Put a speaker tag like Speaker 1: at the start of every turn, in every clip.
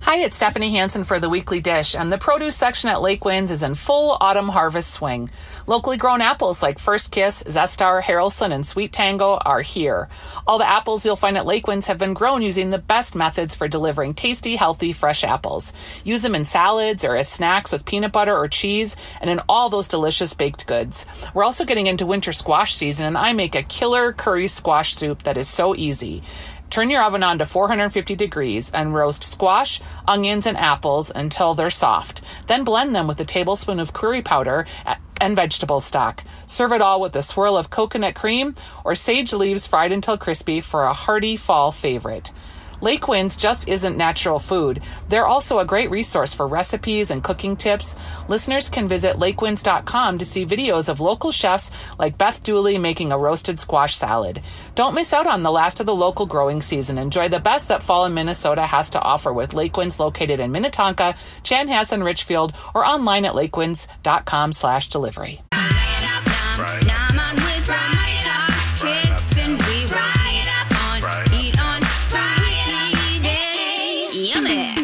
Speaker 1: Hi, it's Stephanie Hansen for the Weekly Dish, and the produce section at Lake Winds is in full autumn harvest swing. Locally grown apples like First Kiss, Zestar, Harrelson, and Sweet Tango are here. All the apples you'll find at Lake Winds have been grown using the best methods for delivering tasty, healthy, fresh apples. Use them in salads or as snacks with peanut butter or cheese, and in all those delicious baked goods. We're also getting into winter squash season, and I make a killer curry squash soup that is so easy. Turn your oven on to 450 degrees and roast squash, onions, and apples until they're soft. Then blend them with a tablespoon of curry powder a- and vegetable stock. Serve it all with a swirl of coconut cream or sage leaves fried until crispy for a hearty fall favorite. Lake Winds just isn't natural food. They're also a great resource for recipes and cooking tips. Listeners can visit lakewinds.com to see videos of local chefs like Beth Dooley making a roasted squash salad. Don't miss out on the last of the local growing season. Enjoy the best that fall in Minnesota has to offer with Lake Winds located in Minnetonka, Chanhassen, Richfield, or online at lakewinds.com slash delivery.
Speaker 2: Right. Now I'm on with Riot Up Chicks and we ride up on Eat on Friday Dish. Yummy.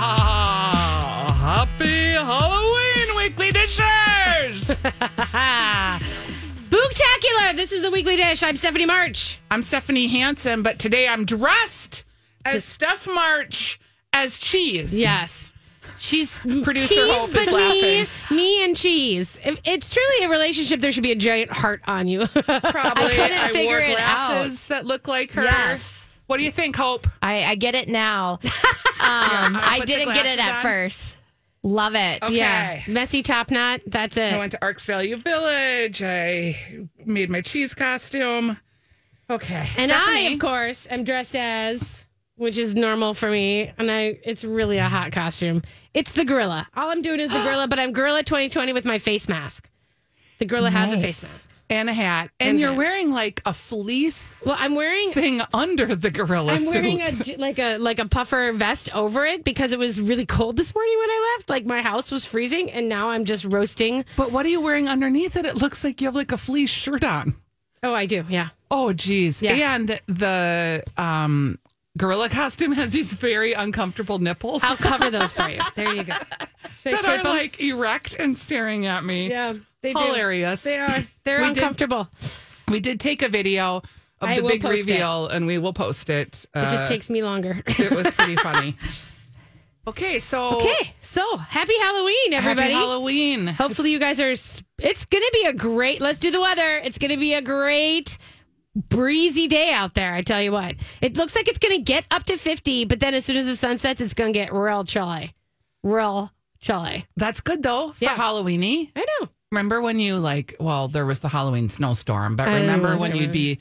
Speaker 3: Wow! Happy Halloween, Weekly Dishers!
Speaker 4: Spooktacular! This is the Weekly Dish. I'm Stephanie March.
Speaker 1: I'm Stephanie Hansen, but today I'm dressed as Steph March as cheese.
Speaker 4: Yes. She's
Speaker 1: Producer
Speaker 4: cheese,
Speaker 1: Hope is
Speaker 4: but me,
Speaker 1: laughing.
Speaker 4: me and cheese. If it's truly a relationship, there should be a giant heart on you.
Speaker 1: Probably. I
Speaker 5: couldn't figure
Speaker 1: wore
Speaker 5: it
Speaker 1: glasses that look like her.
Speaker 5: Yes.
Speaker 1: What do you think, Hope?
Speaker 5: I, I get it now. Um, I
Speaker 1: put the
Speaker 5: didn't get it
Speaker 1: glasses
Speaker 5: at
Speaker 1: on.
Speaker 5: first. Love it.
Speaker 1: Okay.
Speaker 4: yeah, messy top knot. That's it.
Speaker 1: I went to Arks Value Village. I made my cheese costume. Okay.
Speaker 4: and I, of course, am dressed as, which is normal for me, and I. It's really a hot costume. It's the gorilla. All I'm doing is the gorilla, but I'm gorilla 2020 with my face mask. The gorilla has a face mask.
Speaker 1: and a hat. And, you're wearing like a fleece
Speaker 4: Well, I'm wearing
Speaker 1: thing under the gorilla
Speaker 4: I'm
Speaker 1: suit.
Speaker 4: wearing a j- like a like a puffer vest over it because it was really cold this morning when I left. Like my house was freezing, and now I'm just roasting.
Speaker 1: but what are you wearing underneath it? It looks like you have like a fleece shirt on.
Speaker 4: Oh, I do. Yeah,
Speaker 1: Oh, geez.
Speaker 4: Yeah.
Speaker 1: And the um, gorilla costume has these very uncomfortable nipples
Speaker 4: I'll cover those for you. There you go. They
Speaker 1: that
Speaker 4: tip
Speaker 1: are
Speaker 4: 'em.
Speaker 1: like erect and staring at me.
Speaker 4: yeah, they do.
Speaker 1: Hilarious.
Speaker 4: They are. They're
Speaker 1: We did-
Speaker 4: uncomfortable.
Speaker 1: We did take a video of
Speaker 4: I
Speaker 1: the
Speaker 4: will
Speaker 1: big
Speaker 4: post it.
Speaker 1: reveal, and we will post it. Uh,
Speaker 4: it just takes me longer.
Speaker 1: it was pretty funny. Okay, so
Speaker 4: okay, so happy Halloween, everybody.
Speaker 1: happy Halloween.
Speaker 4: Hopefully, you guys are. s- It's going to be a great. Let's do the weather. It's going to be a great breezy day out there. I tell you what. It looks like it's going to get up to 50, but then as soon as the sun sets, it's going to get real chilly. Real chilly.
Speaker 1: That's good though for
Speaker 4: Yeah.
Speaker 1: Halloweeny.
Speaker 4: I know.
Speaker 1: Remember when you like? Well, there was the Halloween snowstorm, but
Speaker 4: I don't
Speaker 1: remember
Speaker 4: know, I
Speaker 1: when
Speaker 4: don't
Speaker 1: you'd be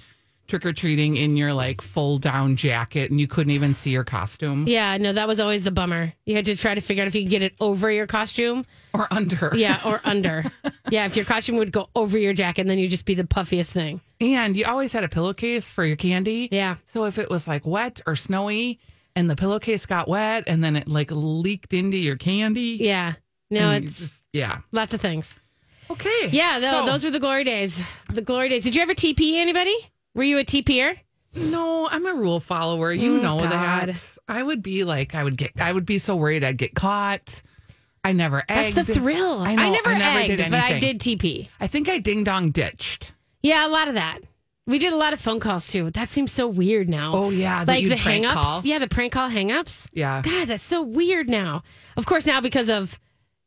Speaker 1: trick or treating in your like full down jacket and you couldn't even see your costume
Speaker 4: Yeah, no, that was always the bummer. You had to try to figure out if you could get it over your costume.
Speaker 1: or under.
Speaker 4: Yeah, or under. yeah, if your costume would go over your jacket, then you'd just be the puffiest thing.
Speaker 1: And you always had a pillowcase for your candy.
Speaker 4: Yeah.
Speaker 1: So if it was like wet or snowy and the pillowcase got wet and then it like leaked into your candy.
Speaker 4: Yeah. No,
Speaker 1: and you
Speaker 4: it's
Speaker 1: just- yeah.
Speaker 4: lots of things.
Speaker 1: Okay.
Speaker 4: Yeah, tho-
Speaker 1: So-
Speaker 4: those were the glory days. The glory days. Did you ever TP anybody? Were you a TPer?
Speaker 1: No, I'm a rule follower. You
Speaker 4: Mm,
Speaker 1: know
Speaker 4: God.
Speaker 1: that. I would be like, I would get, I would be so worried I'd get caught. I never egged.
Speaker 4: thrill.
Speaker 1: I
Speaker 4: I,
Speaker 1: know,
Speaker 4: never,
Speaker 1: I never
Speaker 4: egged,
Speaker 1: did
Speaker 4: but I
Speaker 1: anything.
Speaker 4: did TP.
Speaker 1: I think I ding dong ditched.
Speaker 4: Yeah, a lot of that. We did a lot of phone calls too. That seems so weird now.
Speaker 1: Oh, yeah, that
Speaker 4: like
Speaker 1: you'd
Speaker 4: the
Speaker 1: prank
Speaker 4: hangups.
Speaker 1: call.
Speaker 4: Yeah, the prank call hangups.
Speaker 1: Yeah.
Speaker 4: God, that's so weird now. Of course, now because of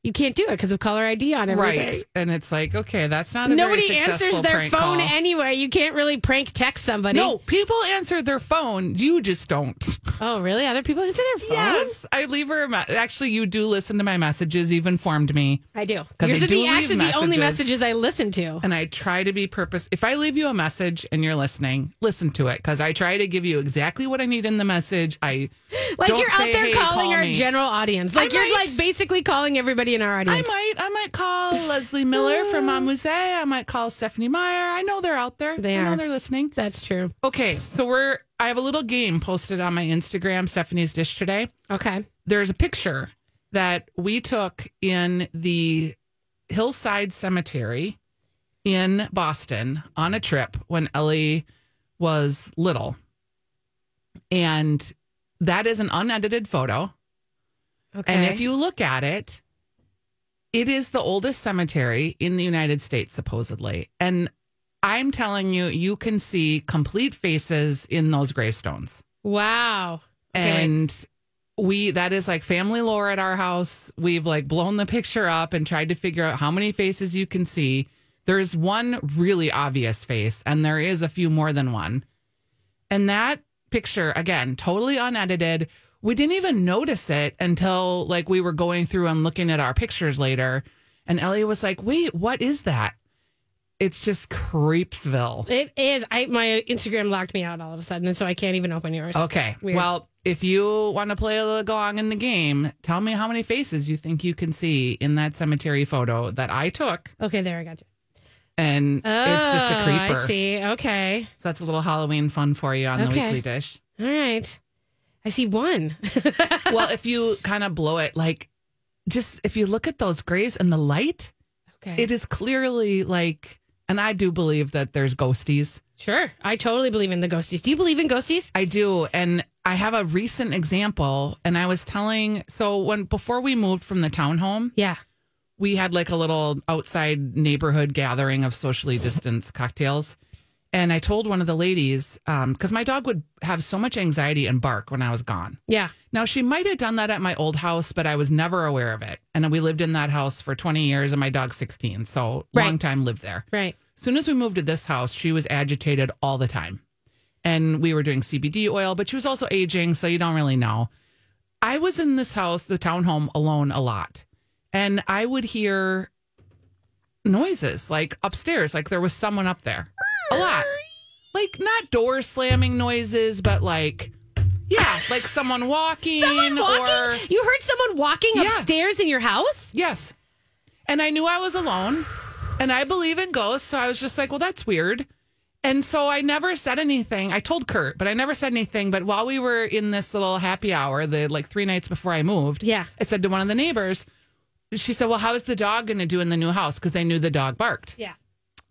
Speaker 4: you can't do it because of caller ID on everything.
Speaker 1: Right. And it's like, okay, that's not a
Speaker 4: Nobody
Speaker 1: very successful
Speaker 4: answers their
Speaker 1: prank
Speaker 4: phone
Speaker 1: call.
Speaker 4: anyway. You can't really prank text somebody.
Speaker 1: No, people answer their phone. You just don't.
Speaker 4: Oh, really? Other people answer their phone?
Speaker 1: Yes, I leave her. A me- Actually, you do listen to my messages. You've informed me,
Speaker 4: I do.
Speaker 1: I
Speaker 4: Yours are
Speaker 1: do
Speaker 4: the
Speaker 1: leave
Speaker 4: actually the only
Speaker 1: messages.
Speaker 4: messages I listen to.
Speaker 1: and I try to be purpose. If I leave you a message and you're listening, listen to it because I try to give you exactly what I need in the message. I
Speaker 4: Like
Speaker 1: Don't
Speaker 4: you're out
Speaker 1: say,
Speaker 4: there
Speaker 1: "Hey,
Speaker 4: calling
Speaker 1: call
Speaker 4: our
Speaker 1: me."
Speaker 4: general audience. Like
Speaker 1: I
Speaker 4: you're
Speaker 1: might.
Speaker 4: like basically calling everybody in our
Speaker 1: I
Speaker 4: audience.
Speaker 1: might. I might call Leslie Miller from Amuse. I might call Stephanie Meyer. I know they're out there.
Speaker 4: They
Speaker 1: I know
Speaker 4: are.
Speaker 1: they're listening.
Speaker 4: That's true.
Speaker 1: Okay, so we're. I have a little game posted on my Instagram, Stephanie's Dish today.
Speaker 4: Okay.
Speaker 1: There's a picture that we took in the Hillside Cemetery in Boston on a trip when Ellie was little, and that is an unedited photo.
Speaker 4: Okay.
Speaker 1: And if you look at it, it is the oldest cemetery in the United States, supposedly. And I'm telling you, you can see complete faces in those gravestones.
Speaker 4: wow. Okay.
Speaker 1: And we, that is like family lore at our house. We've like blown the picture up and tried to figure out how many faces you can see. There's one really obvious face, and there is a few more than one. And that picture, again, totally unedited. We didn't even notice it until like we were going through and looking at our pictures later. And Ellie was like, wait, what is that? It's just Creepsville.
Speaker 4: It is. I my Instagram locked me out all of a sudden, so I can't even open yours.
Speaker 1: Okay.
Speaker 4: Weird.
Speaker 1: Well, if you want to play along in the game, tell me how many faces you think you can see in that cemetery photo that I took.
Speaker 4: Okay, there I got you.
Speaker 1: And it's just a
Speaker 4: Oh,
Speaker 1: creeper.
Speaker 4: I see. Okay.
Speaker 1: So that's a little Halloween fun for you on the
Speaker 4: Okay.
Speaker 1: weekly dish.
Speaker 4: All right. I see one.
Speaker 1: well, if you kind of blow it, like just if you look at those graves and the light,
Speaker 4: okay.
Speaker 1: it is clearly like, and I do believe that there's ghosties.
Speaker 4: sure. I totally believe in the ghosties. Do you believe in ghosties?
Speaker 1: I do. And I have a recent example. And I was telling, so when before we moved from the townhome,
Speaker 4: Yeah.
Speaker 1: we had like a little outside neighborhood gathering of socially distanced cocktails. And I told one of the ladies, because my dog would have so much anxiety and bark when I was gone.
Speaker 4: Yeah.
Speaker 1: Now, she might have done that at my old house, but I was never aware of it. And we lived in that house for 20 years and my dog's 16. So,
Speaker 4: Right.
Speaker 1: long time lived there.
Speaker 4: Right.
Speaker 1: As soon as we moved to this house, she was agitated all the time. And we were doing CBD oil, but she was also aging, so you don't really know. I was in this house, the townhome, alone a lot. And I would hear noises like upstairs, like there was someone up there a lot. Like not door slamming noises, but like, yeah, like someone walking, or.
Speaker 4: Walking? You heard someone walking
Speaker 1: Yeah.
Speaker 4: upstairs in your house?
Speaker 1: Yes. And I knew I was alone and I believe in ghosts. So I was just like, well, that's weird. And so I never said anything. I told Kurt, but I never said anything. But while we were in this little happy hour, the like three nights before I moved,
Speaker 4: Yeah.
Speaker 1: I said to one of the neighbors, she said, well, how is the dog going to do in the new house? Because they knew the dog barked.
Speaker 4: Yeah.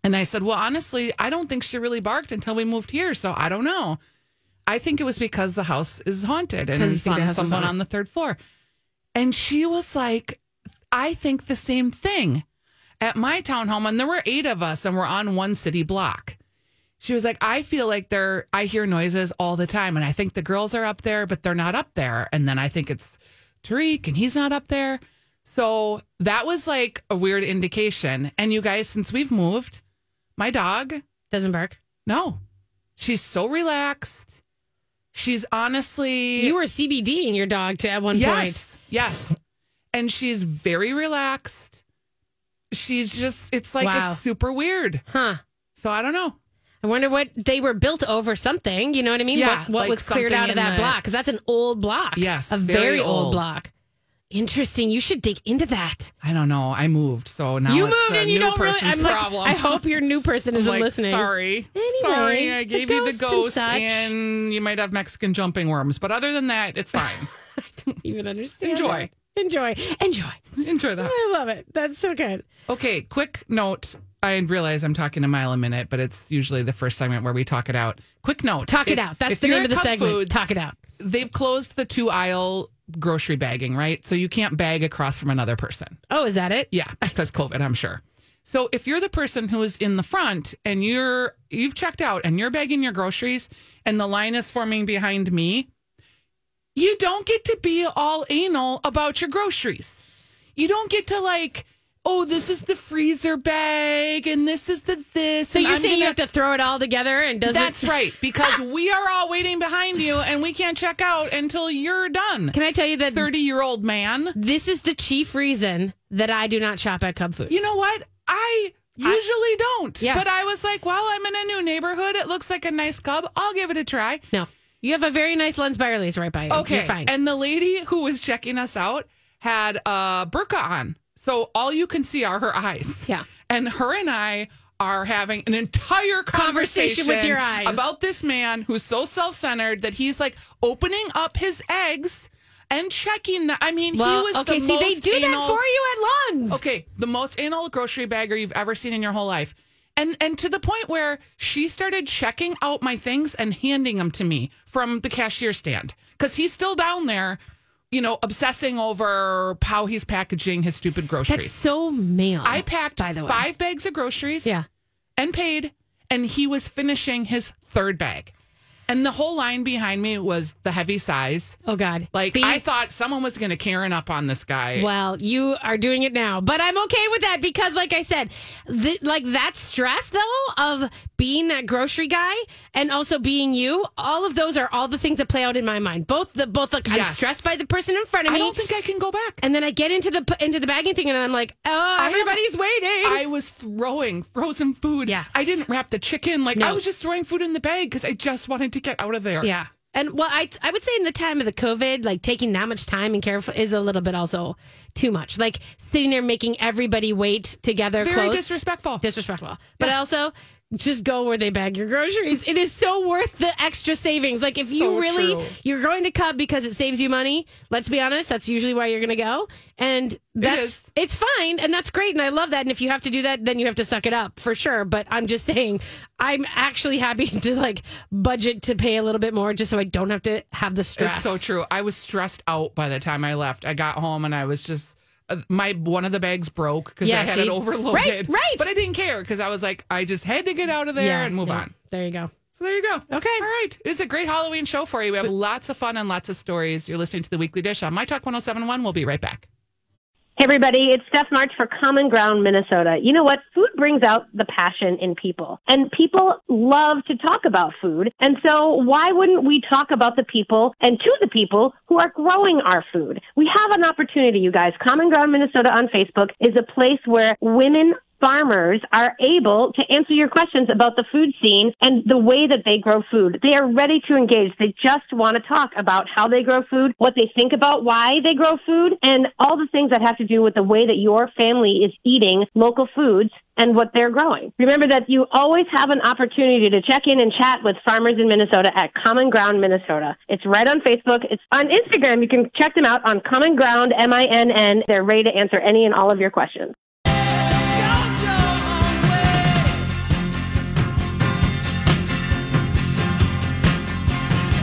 Speaker 1: And I said, Well, honestly, I don't think she really barked until we moved here. So I don't know. I think it was because the house is haunted and
Speaker 4: 'Cause you
Speaker 1: it's
Speaker 4: think the
Speaker 1: on
Speaker 4: house is
Speaker 1: someone
Speaker 4: haunted.
Speaker 1: on the third floor. And she was like, I think the same thing at my townhome. And there were eight of us and we're on one city block. She was like, I feel like they're, I hear noises all the time. And I think the girls are up there, but they're not up there. And then I think it's Tariq and he's not up there. So that was like a weird indication. And you guys, since we've moved, my dog,
Speaker 4: Doesn't bark.
Speaker 1: no, she's so relaxed. She's honestly,
Speaker 4: You were CBDing your dog to at one
Speaker 1: yes, yes, and she's very relaxed. She's just, it's like
Speaker 4: Wow.
Speaker 1: it's super weird.
Speaker 4: point. Huh.
Speaker 1: So I don't know.
Speaker 4: I wonder what they were built over something. You know what I mean?
Speaker 1: Yeah,
Speaker 4: What, what
Speaker 1: like
Speaker 4: was cleared
Speaker 1: something
Speaker 4: out of
Speaker 1: in
Speaker 4: that
Speaker 1: the-
Speaker 4: block? Because that's an old block.
Speaker 1: Yes,
Speaker 4: a very,
Speaker 1: very
Speaker 4: old.
Speaker 1: old.
Speaker 4: block. Interesting. You should dig into that.
Speaker 1: I don't know. I moved, so now
Speaker 4: you
Speaker 1: it's
Speaker 4: moved
Speaker 1: the
Speaker 4: and you
Speaker 1: new
Speaker 4: don't really.
Speaker 1: person's
Speaker 4: I'm like,
Speaker 1: problem.
Speaker 4: I hope your new person
Speaker 1: I'm
Speaker 4: isn't
Speaker 1: like,
Speaker 4: listening.
Speaker 1: Sorry,
Speaker 4: Anyway,
Speaker 1: sorry, I
Speaker 4: the
Speaker 1: gave you the
Speaker 4: ghosts and
Speaker 1: ghosts,
Speaker 4: such.
Speaker 1: and you might have Mexican jumping worms, but other than that, it's fine.
Speaker 4: Even understand.
Speaker 1: Enjoy.
Speaker 4: that. Enjoy. Enjoy.
Speaker 1: Enjoy that.
Speaker 4: I love it. That's so good.
Speaker 1: Okay, quick note. I realize I'm talking a mile a minute, but it's usually the first segment where we talk it out. Quick note.
Speaker 4: Talk
Speaker 1: If-
Speaker 4: it out. That's
Speaker 1: if
Speaker 4: the
Speaker 1: you're
Speaker 4: name
Speaker 1: at
Speaker 4: of the
Speaker 1: Cub
Speaker 4: segment.
Speaker 1: Foods,
Speaker 4: Talk it out.
Speaker 1: They've closed the two aisle grocery bagging, right? So you can't bag across from another person.
Speaker 4: Oh, is that it?
Speaker 1: Yeah, because COVID, I'm sure. So if you're the person who is in the front and you're you've checked out and you're bagging your groceries and the line is forming behind me, you don't get to be all anal about your groceries. You don't get to like, oh, this is the freezer bag and this is the this.
Speaker 4: So
Speaker 1: and
Speaker 4: you're
Speaker 1: I'm
Speaker 4: saying you
Speaker 1: gonna-
Speaker 4: have to throw it all together and does
Speaker 1: That's
Speaker 4: it?
Speaker 1: right, because we are all waiting behind you and we can't check out until you're done.
Speaker 4: Can I tell you that
Speaker 1: Thirty year old man.
Speaker 4: this is the chief reason that I do not shop at Cub Foods?
Speaker 1: You know what? I usually don't.
Speaker 4: Yeah.
Speaker 1: But I was like, well, I'm in a new neighborhood. It looks like a nice cub. I'll give it a try.
Speaker 4: No. You have a very nice Lens Byerly's right by you.
Speaker 1: Okay.
Speaker 4: You're fine.
Speaker 1: And the lady who was checking us out had a uh, burqa on. So all you can see are her eyes.
Speaker 4: Yeah.
Speaker 1: And her and I are having an entire conversation,
Speaker 4: Conversation with your eyes.
Speaker 1: about this man who's so self-centered that he's like opening up his eggs and checking that. I mean,
Speaker 4: Well,
Speaker 1: he was
Speaker 4: okay,
Speaker 1: the
Speaker 4: see, they
Speaker 1: most
Speaker 4: do that
Speaker 1: anal-
Speaker 4: for you at Lunds.
Speaker 1: Okay, the most anal grocery bagger you've ever seen in your whole life. And and to the point where she started checking out my things and handing them to me from the cashier stand cuz he's still down there, you know, obsessing over how he's packaging his stupid
Speaker 4: That's
Speaker 1: groceries.
Speaker 4: so male.
Speaker 1: I packed
Speaker 4: by the way.
Speaker 1: five bags of groceries
Speaker 4: Yeah.
Speaker 1: and paid and he was finishing his third bag. And the whole line behind me was the heavy size.
Speaker 4: Oh God.
Speaker 1: Like
Speaker 4: See?
Speaker 1: I thought someone was going to Karen up on this guy.
Speaker 4: Well, you are doing it now, but I'm okay with that because, like I said, th- like that stress though of being that grocery guy and also being you, all of those are all the things that play out in my mind. Both the both like I'm
Speaker 1: Yes.
Speaker 4: stressed by the person in front of
Speaker 1: I
Speaker 4: me,
Speaker 1: don't think I can go back.
Speaker 4: and then I get into the into the bagging thing, and I'm like, oh,
Speaker 1: am-
Speaker 4: everybody's waiting.
Speaker 1: I was throwing frozen food.
Speaker 4: Yeah.
Speaker 1: I didn't wrap the chicken. Like
Speaker 4: No.
Speaker 1: I was just throwing food in the bag because I just wanted to get out of there.
Speaker 4: yeah. And well, I, I would say in the time of the COVID, like taking that much time and careful is a little bit also too much. Like sitting there making everybody wait together
Speaker 1: Very
Speaker 4: close.
Speaker 1: disrespectful.
Speaker 4: disrespectful. But also, just go where they bag your groceries. It is so worth the extra savings. Like if you
Speaker 1: So
Speaker 4: really
Speaker 1: true.
Speaker 4: you're going to Cub because it saves you money. Let's be honest, that's usually why you're going to go, and that's
Speaker 1: is.
Speaker 4: it's fine, and that's great, and I love that. And if you have to do that, then you have to suck it up for sure. But I'm just saying, I'm actually happy to like budget to pay a little bit more just so I don't have to have the stress.
Speaker 1: It's so true. I was stressed out by the time I left. I got home and I was just uh, my one of the bags broke because
Speaker 4: Yeah,
Speaker 1: I had
Speaker 4: see?
Speaker 1: it overloaded.
Speaker 4: Right, right.
Speaker 1: But I didn't care because I was like, I just had to get out of there and move
Speaker 4: yeah.
Speaker 1: on.
Speaker 4: There you go.
Speaker 1: So there you go.
Speaker 4: Okay.
Speaker 1: All right. This is a great Halloween show for you. We have lots of fun and lots of stories. You're listening to the Weekly Dish on My Talk 1071. We'll be right back.
Speaker 6: Hey, everybody, it's Steph March for Common Ground Minnesota. You know what? Food brings out the passion in people, and people love to talk about food. And so, why wouldn't we talk about the people and to the people who are growing our food? We have an opportunity, you guys. Common Ground Minnesota on Facebook is a place where women farmers are able to answer your questions about the food scene and the way that they grow food. They are ready to engage. They just want to talk about how they grow food, what they think about why they grow food, and all the things that have to do with the way that your family is eating local foods and what they're growing. Remember that you always have an opportunity to check in and chat with farmers in Minnesota at Common Ground Minnesota. It's right on Facebook. It's on Instagram. You can check them out on Common Ground M-I-N-N. They're ready to answer any and all of your questions.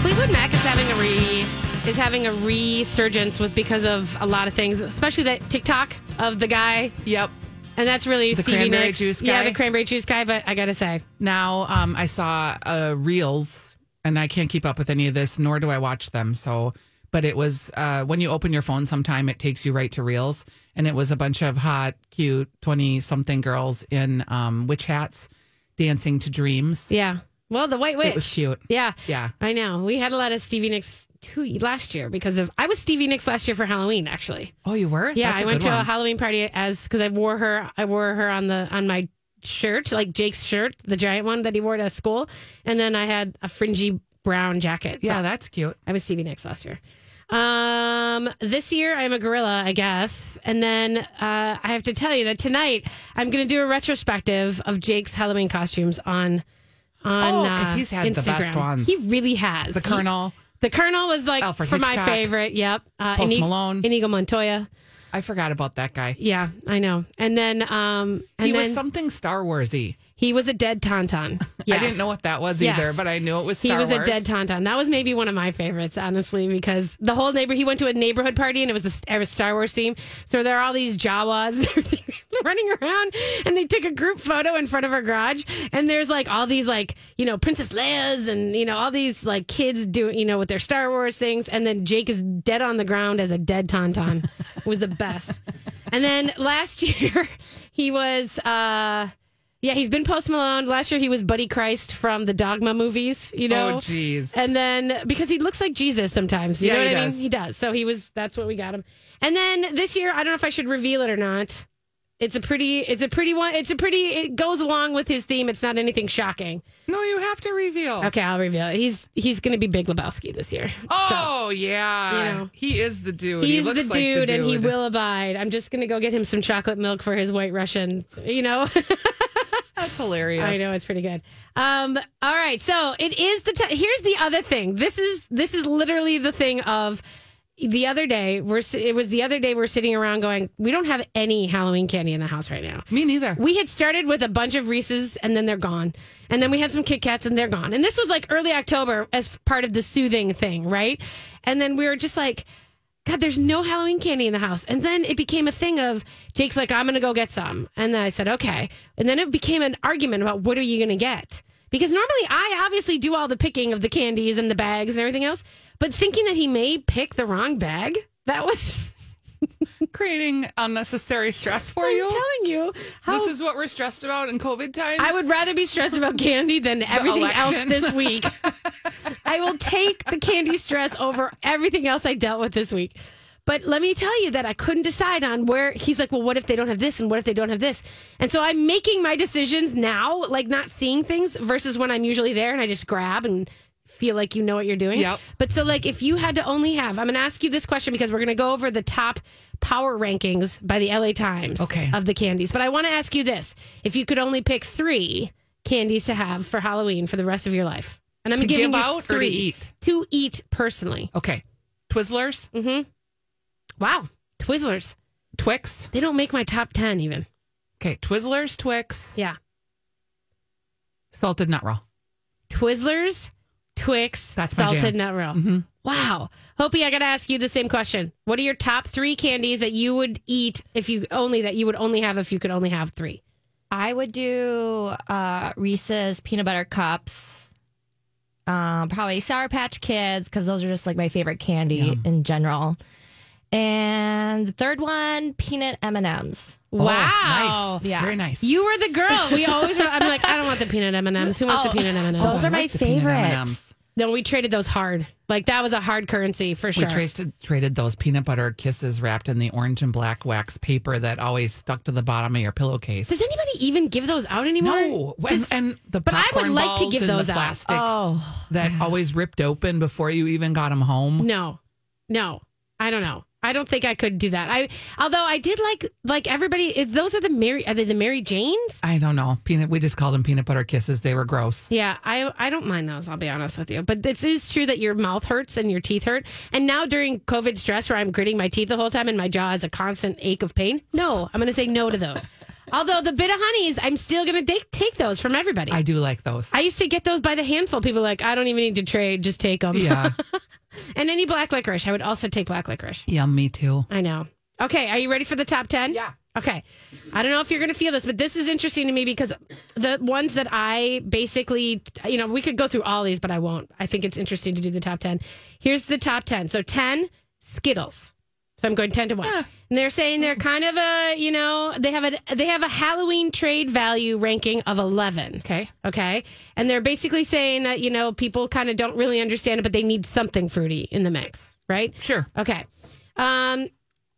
Speaker 4: Fleetwood Mac is having a re is having a resurgence with because of a lot of things, especially that TikTok of the guy,
Speaker 1: Yep.
Speaker 4: and that's really
Speaker 1: The
Speaker 4: Stevie
Speaker 1: cranberry
Speaker 4: Nicks.
Speaker 1: juice
Speaker 4: Yeah,
Speaker 1: guy?
Speaker 4: the cranberry juice guy. But I gotta say,
Speaker 1: Now um, I saw uh, reels, and I can't keep up with any of this, nor do I watch them. So, but it was uh, when you open your phone, sometime it takes you right to reels, and it was a bunch of hot, cute, twenty-something girls in um, witch hats dancing to dreams.
Speaker 4: yeah. Well, the White Witch.
Speaker 1: It was cute.
Speaker 4: Yeah,
Speaker 1: Yeah.
Speaker 4: I know. We had a lot of Stevie Nicks too last year because of I was Stevie Nicks last year for Halloween actually.
Speaker 1: Oh, you were?
Speaker 4: Yeah,
Speaker 1: That's
Speaker 4: I
Speaker 1: a
Speaker 4: went
Speaker 1: good
Speaker 4: to a
Speaker 1: one.
Speaker 4: Halloween party as because I wore her. I wore her on the on my shirt, like Jake's shirt, the giant one that he wore to school, and then I had a fringy brown jacket. So
Speaker 1: Yeah, that's cute.
Speaker 4: I was Stevie Nicks last year. Um, this year I'm a gorilla, I guess. And then uh, I have to tell you that tonight I'm going to do a retrospective of Jake's Halloween costumes on on
Speaker 1: Oh, 'cause
Speaker 4: uh,
Speaker 1: he's had the best
Speaker 4: Instagram.
Speaker 1: ones.
Speaker 4: He really has.
Speaker 1: The
Speaker 4: He-
Speaker 1: Colonel.
Speaker 4: the Colonel was like
Speaker 1: Alfred
Speaker 4: for my
Speaker 1: Hitchcock.
Speaker 4: favorite. Yep. Uh,
Speaker 1: Post Malone.
Speaker 4: Inigo Montoya.
Speaker 1: I forgot about that guy.
Speaker 4: Yeah, I know. And then um, and
Speaker 1: he
Speaker 4: then
Speaker 1: was something Star Warsy.
Speaker 4: he was a dead tauntaun.
Speaker 1: y. I
Speaker 4: Yes.
Speaker 1: didn't know what that was
Speaker 4: Yes.
Speaker 1: either, but I knew it was Star
Speaker 4: he was
Speaker 1: Wars.
Speaker 4: a dead tauntaun. That was maybe one of my favorites, honestly, because the whole neighbor. He went to a neighborhood party and it was a, it was Star Wars theme. So there are all these Jawas and everything running around, and they took a group photo in front of our garage. And there's like all these like you know Princess Leia's and you know all these like kids doing you know with their Star Wars things. And then Jake is dead on the ground as a dead tauntaun. it was the best. And then last year he was. uh yeah, he's been Post Malone. Last year, he was Buddy Christ from the Dogma movies. You know,
Speaker 1: Oh, jeez.
Speaker 4: and then because he looks like Jesus sometimes, you
Speaker 1: Yeah,
Speaker 4: know what
Speaker 1: he
Speaker 4: I
Speaker 1: does.
Speaker 4: mean? He does. So he was that's what we got him. And then this year, I don't know if I should reveal it or not. It's a pretty. It's a pretty one. It's a pretty. It goes along with his theme. It's not anything shocking.
Speaker 1: No, you have to reveal.
Speaker 4: Okay, I'll reveal. it. He's he's going to be Big Lebowski this year.
Speaker 1: Oh yeah,
Speaker 4: you know.
Speaker 1: he is the dude. he
Speaker 4: He's the,
Speaker 1: looks
Speaker 4: dude,
Speaker 1: like the dude,
Speaker 4: and he will abide. I'm just going to go get him some chocolate milk for his White Russian. You know,
Speaker 1: That's hilarious.
Speaker 4: I know it's pretty good. Um, all right, so it is the. T- Here's the other thing. This is this is literally the thing of the other day. We're si- it was the other day we're sitting around going, we don't have any Halloween candy in the house right now.
Speaker 1: Me neither.
Speaker 4: We had started with a bunch of Reese's and then they're gone. And then we had some Kit Kats and they're gone. And this was like early October as part of the soothing thing, right? And then we were just like, God, there's no Halloween candy in the house. And then it became a thing of Jake's like, I'm going to go get some. And then I said, okay. And then it became an argument about what are you going to get? Because normally I obviously do all the picking of the candies and the bags and everything else. But thinking that he may pick the wrong bag, that was,
Speaker 1: creating unnecessary stress for
Speaker 4: I'm
Speaker 1: you.
Speaker 4: telling you, how
Speaker 1: This is what we're stressed about in COVID times.
Speaker 4: I would rather be stressed about candy than everything else
Speaker 1: election.
Speaker 4: this week. I will take the candy stress over everything else I dealt with this week. But let me tell you that I couldn't decide on where he's like, well, what if they don't have this? And what if they don't have this? And so I'm making my decisions now, like not seeing things versus when I'm usually there and I just grab and feel like you know what you're doing.
Speaker 1: Yep.
Speaker 4: But so, like, if you had to only have, I'm going to ask you this question because we're going to go over the top power rankings by the LA Times
Speaker 1: Okay.
Speaker 4: of the candies. But I want to ask you this if you could only pick three candies to have for Halloween for the rest of your life. And I'm
Speaker 1: To
Speaker 4: giving
Speaker 1: give
Speaker 4: you
Speaker 1: out or to
Speaker 4: three
Speaker 1: eat?
Speaker 4: To eat personally. Mm-hmm.
Speaker 1: Okay, Twizzlers,
Speaker 4: Wow. Twizzlers.
Speaker 1: Twix.
Speaker 4: They don't make my top 10 even.
Speaker 1: Okay, Twizzlers, Twix,
Speaker 4: Yeah.
Speaker 1: salted nut roll.
Speaker 4: Twizzlers, Twix,
Speaker 1: That's my
Speaker 4: salted
Speaker 1: jam. Mm-hmm.
Speaker 4: nut roll. Wow. Hopi, I got to ask you the same question. What are your top three candies that you would eat if you only, that you would only have if you could only have three?
Speaker 7: I would do uh, Reese's peanut butter cups. Um, probably Sour Patch Kids because those are just like my favorite candy in general. And the third one, peanut M and M's.
Speaker 4: wow.
Speaker 1: Oh, nice.
Speaker 7: Yeah.
Speaker 1: very nice.
Speaker 4: You were the girl. We always were. I'm like, I don't want the peanut M&Ms. Who wants
Speaker 1: Oh.
Speaker 4: the peanut M&Ms?
Speaker 7: Those
Speaker 1: I
Speaker 7: are my
Speaker 1: like the peanut
Speaker 7: favorite.
Speaker 1: M&Ms.
Speaker 4: No, we traded those hard. Like that was a hard currency for
Speaker 1: We
Speaker 4: sure.
Speaker 1: trasted, traded those peanut butter kisses wrapped in the orange and black wax paper that always stuck to the bottom of your pillowcase.
Speaker 4: Does anybody even give those out anymore?
Speaker 1: No, and,
Speaker 4: This-
Speaker 1: and the
Speaker 4: but I would
Speaker 1: popcorn
Speaker 4: like to
Speaker 1: balls
Speaker 4: give
Speaker 1: and the
Speaker 4: those out.
Speaker 1: plastic
Speaker 7: Oh,
Speaker 1: that always ripped open before you even got them home.
Speaker 4: no, no. I don't know. I don't think I could do that. I although I did like like everybody. if Those are the Mary. Are they the Mary Janes?
Speaker 1: I don't know. Peanut. We just called them peanut butter kisses. They were gross.
Speaker 4: Yeah, I I don't mind those. I'll be honest with you. But this is true that your mouth hurts and your teeth hurt. And now during COVID stress, where I'm gritting my teeth the whole time and my jaw is a constant ache of pain. No, I'm going to say no to those. Although the bit of honeys, I'm still going to take those from everybody.
Speaker 1: I do like those.
Speaker 4: I used to get those by the handful. People were like, I don't even need to trade, just take them.
Speaker 1: yeah.
Speaker 4: And any black licorice. I would also take black licorice.
Speaker 1: yeah, me too.
Speaker 4: I know. Okay, are you ready for the top 10?
Speaker 1: Yeah.
Speaker 4: Okay. I don't know if you're going to feel this, but this is interesting to me because the ones that I basically, you know, we could go through all these, but I won't. I think it's interesting to do the top 10. Here's the top 10. So 10, Skittles. So I'm going 10 to 1. And they're saying they're kind of a, you know, they have a they have a Halloween trade value ranking of 11.
Speaker 1: Okay.
Speaker 4: Okay. And they're basically saying that, you know, people kind of don't really understand it, but they need something fruity in the mix, right?
Speaker 1: Sure.
Speaker 4: Okay. Um,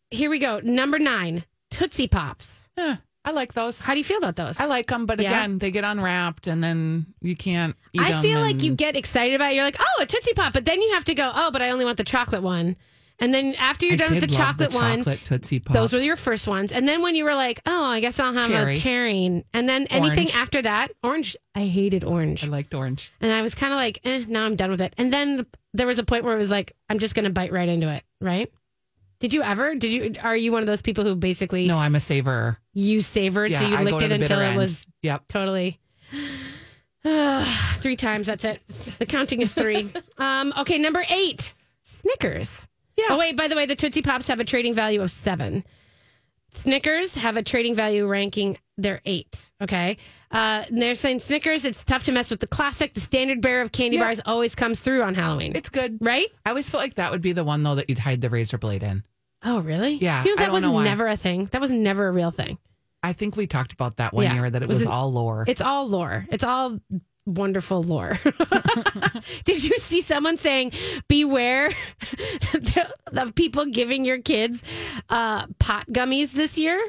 Speaker 4: here we go. Number nine, Tootsie Pops.
Speaker 1: Huh, Eh, I like those.
Speaker 4: How do you feel about those?
Speaker 1: I like them, but
Speaker 4: Yeah.
Speaker 1: again, they get unwrapped and then you can't eat
Speaker 4: I
Speaker 1: 'em
Speaker 4: feel like you
Speaker 1: and-
Speaker 4: get excited about it. You're like, oh, a Tootsie Pop, but then you have to go, oh, but I only want the chocolate one. And then after you're
Speaker 1: I
Speaker 4: done with the
Speaker 1: did love
Speaker 4: chocolate, one,
Speaker 1: chocolate Tootsie Pop.
Speaker 4: those were your first ones. And then when you were like, oh, I guess I'll have
Speaker 1: Cherry.
Speaker 4: a cherry. And then anything
Speaker 1: Orange.
Speaker 4: after that, orange, I hated orange.
Speaker 1: I liked orange.
Speaker 4: And I was kind of like, eh, now I'm done with it. And then there was a point where it was like, I'm just going to bite right into it, right? Did you ever? Did you? Are you one of those people who basically
Speaker 1: No, I'm a saver.
Speaker 4: you savored, so
Speaker 1: Yeah,
Speaker 4: you
Speaker 1: I go
Speaker 4: licked
Speaker 1: to
Speaker 4: it
Speaker 1: the bitter
Speaker 4: until it
Speaker 1: end.
Speaker 4: was
Speaker 1: Yep.
Speaker 4: totally three times. That's it. The counting is three. um, okay, number eight, Snickers.
Speaker 1: Yeah.
Speaker 4: Oh wait, by the way, the Tootsie Pops have a trading value of seven. Snickers have a trading value ranking. They're eight. Okay. Uh, and they're saying Snickers. It's tough to mess with the classic. The standard bearer of candy
Speaker 1: Yeah.
Speaker 4: bars always comes through on Halloween.
Speaker 1: It's good.
Speaker 4: right.
Speaker 1: I always feel like that would be the one though that you'd hide the razor blade in.
Speaker 4: Oh really?
Speaker 1: Yeah,
Speaker 4: You know,
Speaker 1: I
Speaker 4: that
Speaker 1: don't
Speaker 4: was
Speaker 1: know why.
Speaker 4: never a thing. That was never a real thing.
Speaker 1: I think we talked about that one
Speaker 4: Yeah.
Speaker 1: year that it
Speaker 4: Was
Speaker 1: was,
Speaker 4: it-
Speaker 1: all lore.
Speaker 4: It's all lore. It's all wonderful lore. Did you see someone saying, beware the- of people giving your kids uh, pot gummies this year?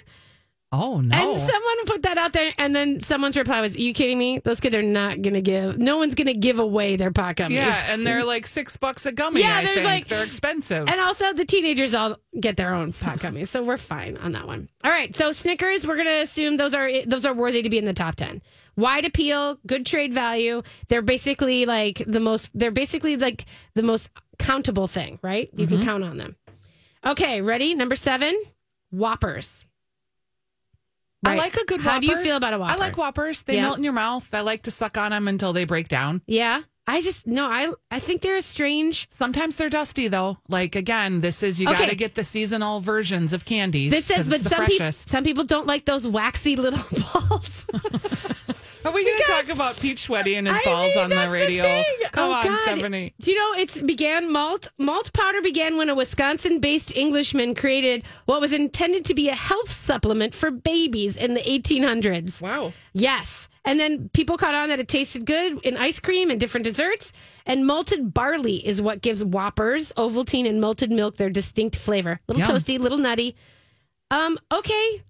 Speaker 1: Oh no!
Speaker 4: And someone put that out there, and then someone's reply was, you kidding me? Those kids are not going to give, no one's going to give away their pot gummies.
Speaker 1: yeah, and they're like six bucks a gummy.
Speaker 4: Yeah,
Speaker 1: I
Speaker 4: there's
Speaker 1: think.
Speaker 4: like-
Speaker 1: they're expensive.
Speaker 4: And also, the teenagers all get their own pot gummies, so we're fine on that one. All right, so Snickers, we're gonna assume those are those are worthy to be in the top ten. Wide appeal, good trade value. They're basically like the most. They're basically like the most countable thing, right? You can count on them. Okay, ready? Number seven, Whoppers.
Speaker 1: I like a good.
Speaker 4: How do you
Speaker 1: Whopper.
Speaker 4: feel about a Whopper?
Speaker 1: I like Whoppers. They
Speaker 4: Yeah.
Speaker 1: melt in your mouth. I like to suck on them until they break down.
Speaker 4: Yeah, I just no. I I think they're a strange.
Speaker 1: Sometimes they're dusty though. Like again, this is you
Speaker 4: Okay.
Speaker 1: got to get the seasonal versions of candies.
Speaker 4: This
Speaker 1: 'cause
Speaker 4: says, but
Speaker 1: it's the
Speaker 4: some people
Speaker 1: freshest.
Speaker 4: some people don't like those waxy little balls.
Speaker 1: Are we going to
Speaker 4: Because-
Speaker 1: talk about Peach Sweaty and his
Speaker 4: I
Speaker 1: balls
Speaker 4: mean,
Speaker 1: on the
Speaker 4: that's
Speaker 1: radio?
Speaker 4: thing.
Speaker 1: Come
Speaker 4: Oh,
Speaker 1: on,
Speaker 4: God.
Speaker 1: Stephanie.
Speaker 4: You know, it's began malt malt powder began when a Wisconsin-based Englishman created what was intended to be a health supplement for babies in the 1800s.
Speaker 1: Wow.
Speaker 4: Yes. And then people caught on that it tasted good in ice cream and different desserts. And malted barley is what gives Whoppers, Ovaltine, and malted milk their distinct flavor. Little
Speaker 1: Yum.
Speaker 4: toasty, little nutty. Um, okay.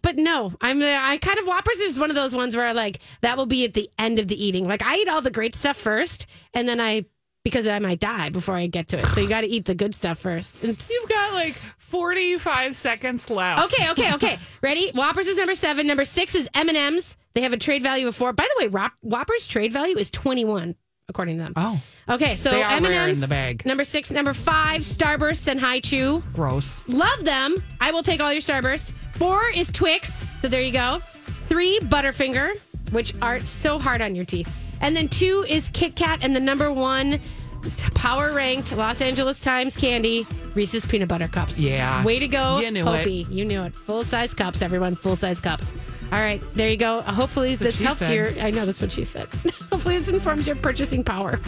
Speaker 4: But no, I'm uh, I kind of Whoppers is one of those ones where I like that will be at the end of the eating. Like I eat all the great stuff first, and then I because I might die before I get to it. So you got to eat the good stuff first. It's-
Speaker 1: You've got like 45 seconds left.
Speaker 4: Okay, okay, okay. Ready? Whoppers is number seven. Number six is M and M's. They have a trade value of four. By the way, Whop- Whoppers trade value is twenty one, according to them.
Speaker 1: Oh,
Speaker 4: Okay, so
Speaker 1: They are
Speaker 4: M and
Speaker 1: rare in
Speaker 4: M's
Speaker 1: the bag.
Speaker 4: Number six, number five, Starbursts and High Chew.
Speaker 1: gross.
Speaker 4: Love them. I will take all your Starbursts. Four is Twix. So there you go. Three, Butterfinger, which are so hard on your teeth. And then two is Kit Kat, and the number one power ranked Los Angeles Times candy, Reese's peanut butter cups.
Speaker 1: Yeah.
Speaker 4: Way to go,
Speaker 1: You knew
Speaker 4: Hopi. You knew it. Full size cups, everyone. Full size cups. All right, there you go. Uh, Hopefully this
Speaker 1: she
Speaker 4: helps
Speaker 1: said.
Speaker 4: your. I know that's what she said. Hopefully this informs your purchasing power.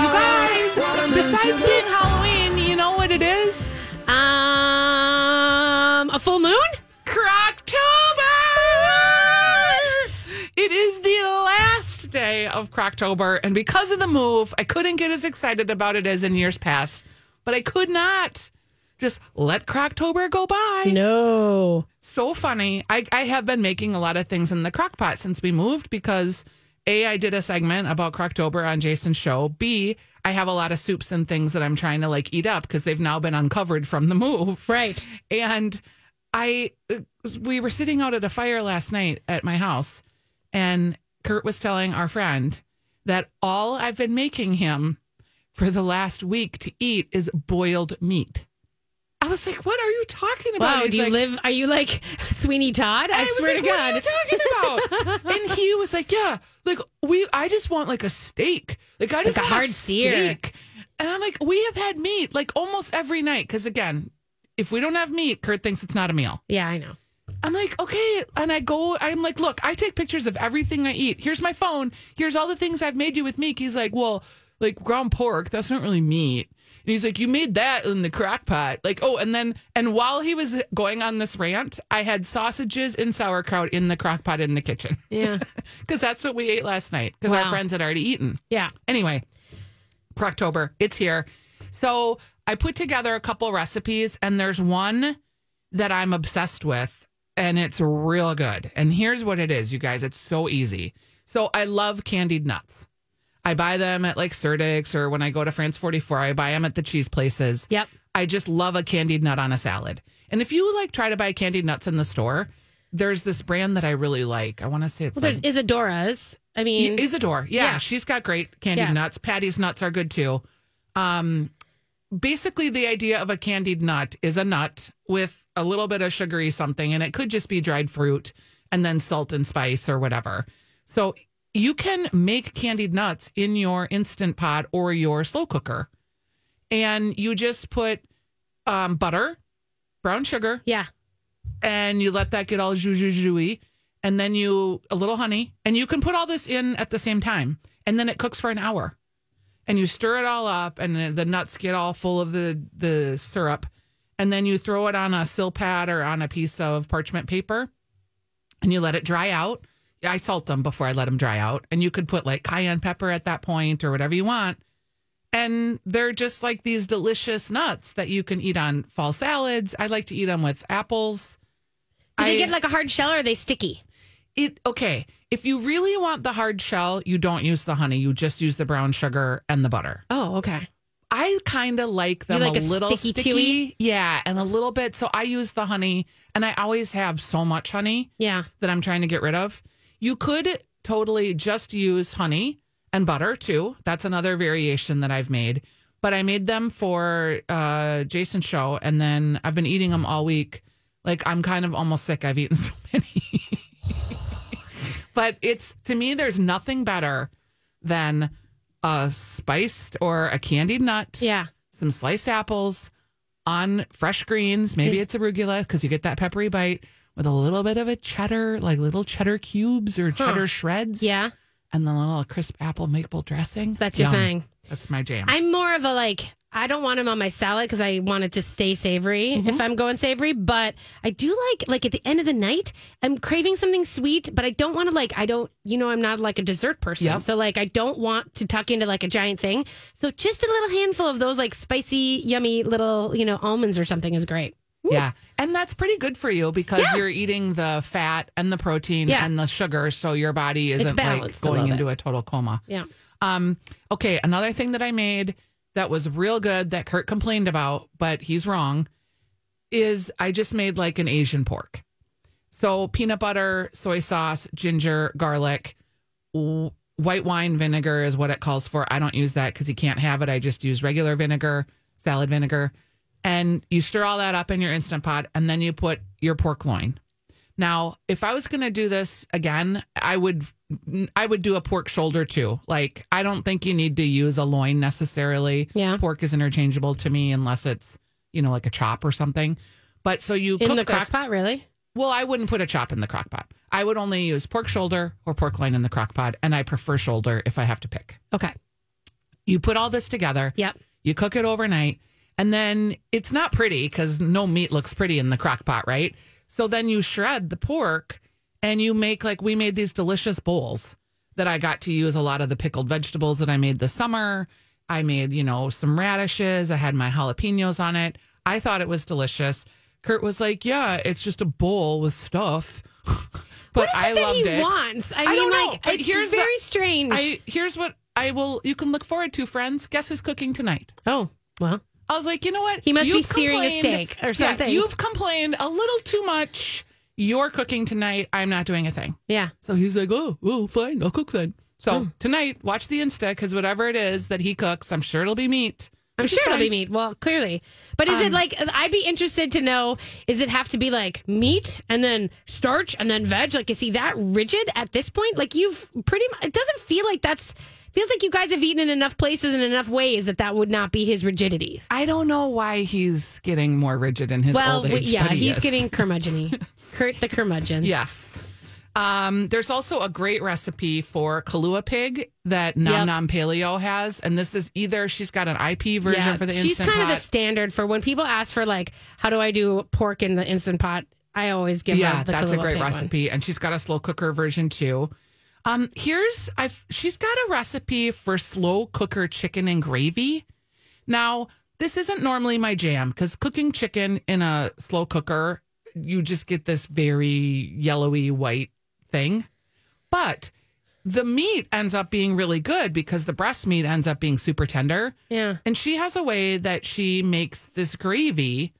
Speaker 1: You guys, besides being Halloween, you know what it is?
Speaker 4: Um, a full moon.
Speaker 1: Croctober! It is the last day of Croctober, and because of the move, I couldn't get as excited about it as in years past, but I could not just let Croctober go by.
Speaker 4: No.
Speaker 1: so funny. I, I have been making a lot of things in the crock pot since we moved because A, I did a segment about Croctober on Jason's show. B, I have a lot of soups and things that I'm trying to like eat up because they've now been uncovered from the move.
Speaker 4: Right.
Speaker 1: And I, uh, we were sitting out at a fire last night at my house, and Kurt was telling our friend that all I've been making him for the last week to eat is boiled meat. I was like, what are you talking about?
Speaker 4: Wow,
Speaker 1: He's
Speaker 4: do you
Speaker 1: like,
Speaker 4: live? Are you like Sweeney Todd? I,
Speaker 1: was
Speaker 4: swear
Speaker 1: like,
Speaker 4: to God.
Speaker 1: What are you talking about? and he was like, Yeah, like we I just want like a steak. Like I just
Speaker 4: a
Speaker 1: want
Speaker 4: hard sear.
Speaker 1: steak. And I'm like, we have had meat like almost every night. Cause again, if we don't have meat, Kurt thinks it's not a meal.
Speaker 4: Yeah, I know.
Speaker 1: I'm like, okay. And I go, I'm like, look, I take pictures of everything I eat. Here's my phone. Here's all the things I've made you with meat. He's like, well, like ground pork, that's not really meat. And he's like, you made that in the crock pot. Like, oh, and then, and while he was going on this rant, I had sausages and sauerkraut in the crock pot in the kitchen
Speaker 4: Yeah,
Speaker 1: because that's what we ate last night because
Speaker 4: Wow.
Speaker 1: our friends had already eaten.
Speaker 4: yeah.
Speaker 1: Anyway, Proctober, it's here. So I put together a couple recipes, and there's one that I'm obsessed with, and it's real good. And here's what it is, you guys. It's so easy. So I love candied nuts. I buy them at like Certix or when I go to France 44, I buy them at the cheese places.
Speaker 4: Yep.
Speaker 1: I just love a candied nut on a salad. And if you like try to buy candied nuts in the store, there's this brand that I really like. I want to say it's
Speaker 4: Well,
Speaker 1: like
Speaker 4: there's Isadora's. I mean,
Speaker 1: Y- Isidore. Yeah,
Speaker 4: Yeah.
Speaker 1: she's got great candied
Speaker 4: Yeah.
Speaker 1: nuts. Patty's nuts are good too. Um, basically, the idea of a candied nut is a nut with a little bit of sugary something, and it could just be dried fruit and then salt and spice or whatever. So you can make candied nuts in your instant pot or your slow cooker, and you just put um, butter, brown sugar,
Speaker 4: yeah,
Speaker 1: and you let that get all jus jus jus-y, and then you a little honey, and you can put all this in at the same time, and then it cooks for an hour, and you stir it all up, and the- the nuts get all full of the the syrup, and then you throw it on a sill pad or on a piece of parchment paper, and you let it dry out. I salt them before I let them dry out, and you could put like cayenne pepper at that point or whatever you want, and they're just like these delicious nuts that you can eat on fall salads. I like to eat them with apples.
Speaker 4: Do they
Speaker 1: I-
Speaker 4: get like a hard shell or are they sticky?
Speaker 1: it okay if you really want the hard shell you don't use the honey you just use the brown sugar and the butter
Speaker 4: Oh, okay.
Speaker 1: i kind of like them
Speaker 4: like
Speaker 1: a,
Speaker 4: a
Speaker 1: little
Speaker 4: sticky,
Speaker 1: sticky,
Speaker 4: chewy?
Speaker 1: yeah and a little bit so i use the honey and i always have so much honey
Speaker 4: Yeah.
Speaker 1: that i'm trying to get rid of you could totally just use honey and butter too that's another variation that i've made but i made them for uh jason's show and then i've been eating them all week like i'm kind of almost sick i've eaten so many but it's to me there's nothing better than a spiced or a candied nut
Speaker 4: Yeah.
Speaker 1: some sliced apples on fresh greens
Speaker 4: Mm.
Speaker 1: maybe it's arugula because you get that peppery bite with a little bit of a cheddar like little cheddar cubes or cheddar shreds
Speaker 4: Yeah.
Speaker 1: and then a little crisp apple maple dressing
Speaker 4: That's your
Speaker 1: Yum.
Speaker 4: thing.
Speaker 1: that's my jam
Speaker 4: I'm more of a like, I don't want them on my salad because I want it to stay savory
Speaker 1: Mm-hmm.
Speaker 4: if I'm going savory. But I do like, like at the end of the night, I'm craving something sweet, but I don't want to like, I don't, you know, I'm not like a dessert person.
Speaker 1: Yep.
Speaker 4: So like, I don't want to tuck into like a giant thing. So just a little handful of those like spicy, yummy little, you know, almonds or something is great.
Speaker 1: yeah and that's pretty good for you because
Speaker 4: Yeah.
Speaker 1: you're eating the fat and the protein
Speaker 4: Yeah.
Speaker 1: and the sugar so your body isn't like
Speaker 4: balanced a
Speaker 1: going
Speaker 4: little bit.
Speaker 1: into a total coma
Speaker 4: Yeah.
Speaker 1: Um, okay, another thing that I made that was real good that Kurt complained about, but he's wrong, is I just made like an Asian pork. So peanut butter, soy sauce, ginger, garlic, w- white wine vinegar is what it calls for. I don't use that because you can't have it. I just use regular vinegar, salad vinegar. And you stir all that up in your Instant Pot and then you put your pork loin. Now, if I was going to do this again, I would I would do a pork shoulder too. Like I don't think you need to use a loin necessarily.
Speaker 4: Yeah.
Speaker 1: Pork is interchangeable to me unless it's, you know, like a chop or something. But so you
Speaker 4: In
Speaker 1: cook this-
Speaker 4: the crock pot, really?
Speaker 1: well, I wouldn't put a chop in the crock pot. I would only use pork shoulder or pork loin in the crock pot, and I prefer shoulder if I have to pick.
Speaker 4: Okay.
Speaker 1: You put all this together.
Speaker 4: Yep.
Speaker 1: You cook it overnight, and then it's not pretty because no meat looks pretty in the crock pot, right? So then you shred the pork and you make like we made these delicious bowls that I got to use a lot of the pickled vegetables that I made this summer. I made, you know, some radishes. I had my jalapenos on it. I thought it was delicious. Kurt was like, Yeah, it's just a bowl with stuff. but
Speaker 4: What is
Speaker 1: I
Speaker 4: it that
Speaker 1: loved
Speaker 4: he
Speaker 1: it.
Speaker 4: wants? I,
Speaker 1: I
Speaker 4: mean,
Speaker 1: don't know,
Speaker 4: like,
Speaker 1: but
Speaker 4: it's
Speaker 1: here's the-
Speaker 4: very strange.
Speaker 1: I here's what I will you can look forward to, friends. Guess who's cooking tonight?
Speaker 4: oh, well.
Speaker 1: I was like, you know what?
Speaker 4: He must be
Speaker 1: You've
Speaker 4: searing a
Speaker 1: complained-
Speaker 4: steak or something.
Speaker 1: you've complained a little too much. You're cooking tonight. I'm not doing a thing.
Speaker 4: Yeah.
Speaker 1: So he's like, oh, oh, fine, I'll cook then. Hmm. So tonight, watch the Insta because whatever it is that he cooks, I'm sure it'll be meat.
Speaker 4: I'm
Speaker 1: which is
Speaker 4: sure it'll be
Speaker 1: fine.
Speaker 4: meat. Well, clearly. But is
Speaker 1: Um,
Speaker 4: it like, I'd be interested to know, is it have to be like meat and then starch and then veg? Like, is he that rigid at this point? Like, you've pretty much, it doesn't feel like that's, feels like you guys have eaten in enough places and enough ways that that would not be his rigidities.
Speaker 1: I don't know why he's getting more rigid in his
Speaker 4: Well,
Speaker 1: old age.
Speaker 4: w- yeah,
Speaker 1: but he
Speaker 4: he's
Speaker 1: is.
Speaker 4: getting curmudgeon Kurt the curmudgeon.
Speaker 1: Yes. Um, there's also a great recipe for Kalua pig that Nom
Speaker 4: Yep.
Speaker 1: Nom Paleo has. And this is either she's got an IP version for the
Speaker 4: she's
Speaker 1: Instant
Speaker 4: kind of the
Speaker 1: Pot.
Speaker 4: standard for when people ask for like, how do I do pork in the instant pot? I always give
Speaker 1: yeah
Speaker 4: her the
Speaker 1: that's a
Speaker 4: Kahlua
Speaker 1: great
Speaker 4: pig one.
Speaker 1: recipe and she's got a slow cooker version too um here's i've she's got a recipe for slow cooker chicken and gravy now this isn't normally my jam because cooking chicken in a slow cooker you just get this very yellowy white thing but the meat ends up being really good because the breast meat ends up being super tender
Speaker 4: Yeah.
Speaker 1: and she has a way that she makes this gravy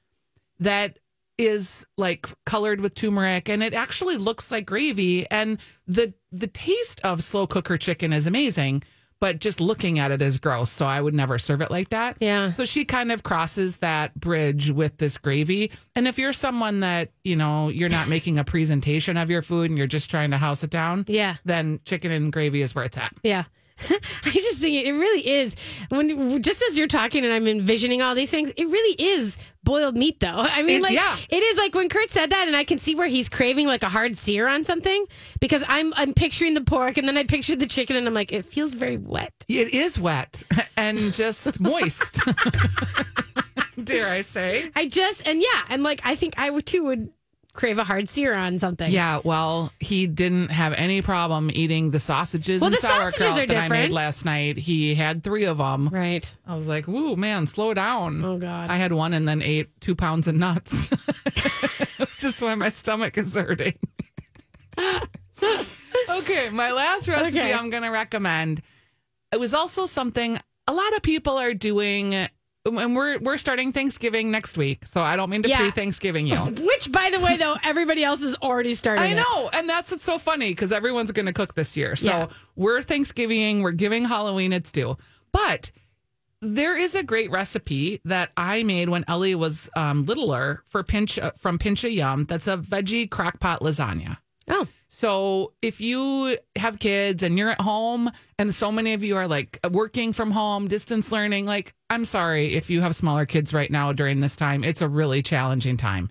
Speaker 1: that is like colored with turmeric and it actually looks like gravy and the the taste of slow cooker chicken is amazing but just looking at it is gross so i would never serve it like that
Speaker 4: Yeah.
Speaker 1: so she kind of crosses that bridge with this gravy and if you're someone that you know you're not making a presentation of your food and you're just trying to house it down
Speaker 4: Yeah.
Speaker 1: then chicken and gravy is where it's at
Speaker 4: Yeah. I just think it really is when just as you're talking and I'm envisioning all these things, it really is boiled meat though. I mean,
Speaker 1: It-
Speaker 4: like
Speaker 1: yeah.
Speaker 4: it is like when Kurt said that, and I can see where he's craving like a hard sear on something because I'm I'm picturing the pork and then I picture the chicken and I'm like, it feels very wet.
Speaker 1: It is wet and just moist. Dare I say?
Speaker 4: I just and yeah, and like I think I would too would crave a hard sear on something.
Speaker 1: Yeah, well, he didn't have any problem eating the sausages
Speaker 4: Well,
Speaker 1: and
Speaker 4: the sausages
Speaker 1: sauerkraut
Speaker 4: are
Speaker 1: that I made
Speaker 4: different.
Speaker 1: last night. He had three of them.
Speaker 4: Right.
Speaker 1: I was like, "Ooh, man, slow down."
Speaker 4: Oh, God.
Speaker 1: I had one and then ate two pounds of nuts. Just when my stomach is hurting. okay, my last recipe
Speaker 4: Okay.
Speaker 1: I'm going to recommend. It was also something a lot of people are doing, and we're we're starting Thanksgiving next week, so I don't mean to
Speaker 4: Yeah.
Speaker 1: pre-Thanksgiving you.
Speaker 4: Which, by the way, though, everybody else has already started.
Speaker 1: I
Speaker 4: it.
Speaker 1: know, and that's what's so funny because everyone's going to cook this year. So
Speaker 4: Yeah.
Speaker 1: we're Thanksgiving, we're giving Halloween its due, but there is a great recipe that I made when Ellie was um, littler for pinch uh, from Pinch of Yum. That's a veggie crockpot lasagna.
Speaker 4: Oh.
Speaker 1: So if you have kids and you're at home, and so many of you are like working from home, distance learning, like I'm sorry if you have smaller kids right now during this time, it's a really challenging time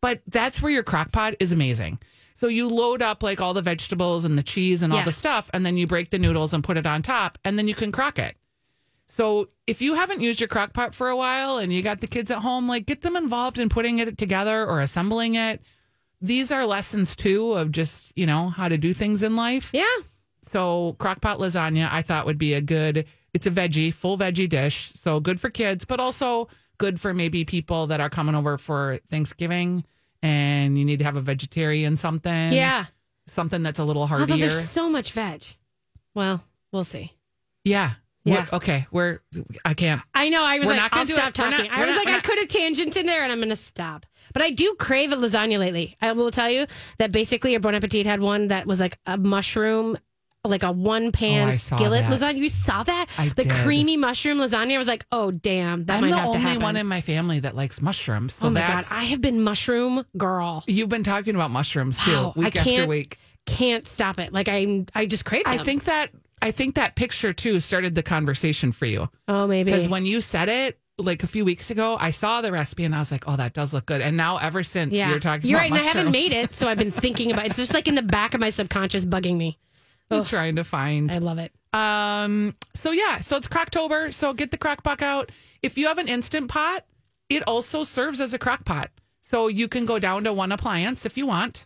Speaker 1: but that's where your crock pot is amazing. So you load up like all the vegetables and the cheese and all
Speaker 4: Yeah.
Speaker 1: the stuff, and then you break the noodles and put it on top, and then you can crock it. So if you haven't used your crock pot for a while and you got the kids at home, like get them involved in putting it together or assembling it. These are lessons too of just, you know, how to do things in life.
Speaker 4: Yeah.
Speaker 1: So crockpot lasagna, I thought would be a good. It's a veggie, full veggie dish, so good for kids, but also good for maybe people that are coming over for Thanksgiving and you need to have a vegetarian something.
Speaker 4: Yeah.
Speaker 1: something that's a little
Speaker 4: Although
Speaker 1: heartier.
Speaker 4: there's so much veg. Well, we'll see.
Speaker 1: yeah.
Speaker 4: Yeah.
Speaker 1: We're- okay, we're I can't.
Speaker 4: I know. I was
Speaker 1: We're
Speaker 4: like,
Speaker 1: not gonna
Speaker 4: I'll
Speaker 1: do
Speaker 4: stop
Speaker 1: it. We're not-
Speaker 4: talking. I
Speaker 1: we're
Speaker 4: was
Speaker 1: not-
Speaker 4: like,
Speaker 1: we're
Speaker 4: I
Speaker 1: not-
Speaker 4: could have tangent in there, and I'm going to stop. But I do crave a lasagna lately. I will tell you that basically, a Bon Appetit had one that was like a mushroom, like a one pan
Speaker 1: Oh, I saw
Speaker 4: skillet
Speaker 1: that.
Speaker 4: lasagna. You saw that?
Speaker 1: I
Speaker 4: the
Speaker 1: did.
Speaker 4: creamy mushroom lasagna. I was like, oh damn, that
Speaker 1: I'm
Speaker 4: might
Speaker 1: the
Speaker 4: have to
Speaker 1: only
Speaker 4: happen.
Speaker 1: one in my family that likes mushrooms. So
Speaker 4: oh my god,
Speaker 1: that's
Speaker 4: I have been mushroom girl.
Speaker 1: you've been talking about mushrooms too,
Speaker 4: Wow, I
Speaker 1: week after
Speaker 4: can't-
Speaker 1: week.
Speaker 4: Can't stop it. Like I, I just crave.
Speaker 1: I
Speaker 4: them.
Speaker 1: think that I think that picture too started the conversation for you.
Speaker 4: Oh, maybe.
Speaker 1: Because when you said it like a few weeks ago, I saw the recipe and I was like, "Oh, that does look good." And now, ever since
Speaker 4: yeah,
Speaker 1: you're talking,
Speaker 4: You're
Speaker 1: about
Speaker 4: right, and I haven't
Speaker 1: mushrooms,
Speaker 4: made it, so I've been thinking about it. It's just like in the back of my subconscious, bugging me.
Speaker 1: I'm trying to
Speaker 4: I
Speaker 1: find.
Speaker 4: love it.
Speaker 1: Um. So yeah. So it's Crocktober. So get the crock pot out. If you have an instant pot, it also serves as a crock pot. So you can go down to one appliance if you want.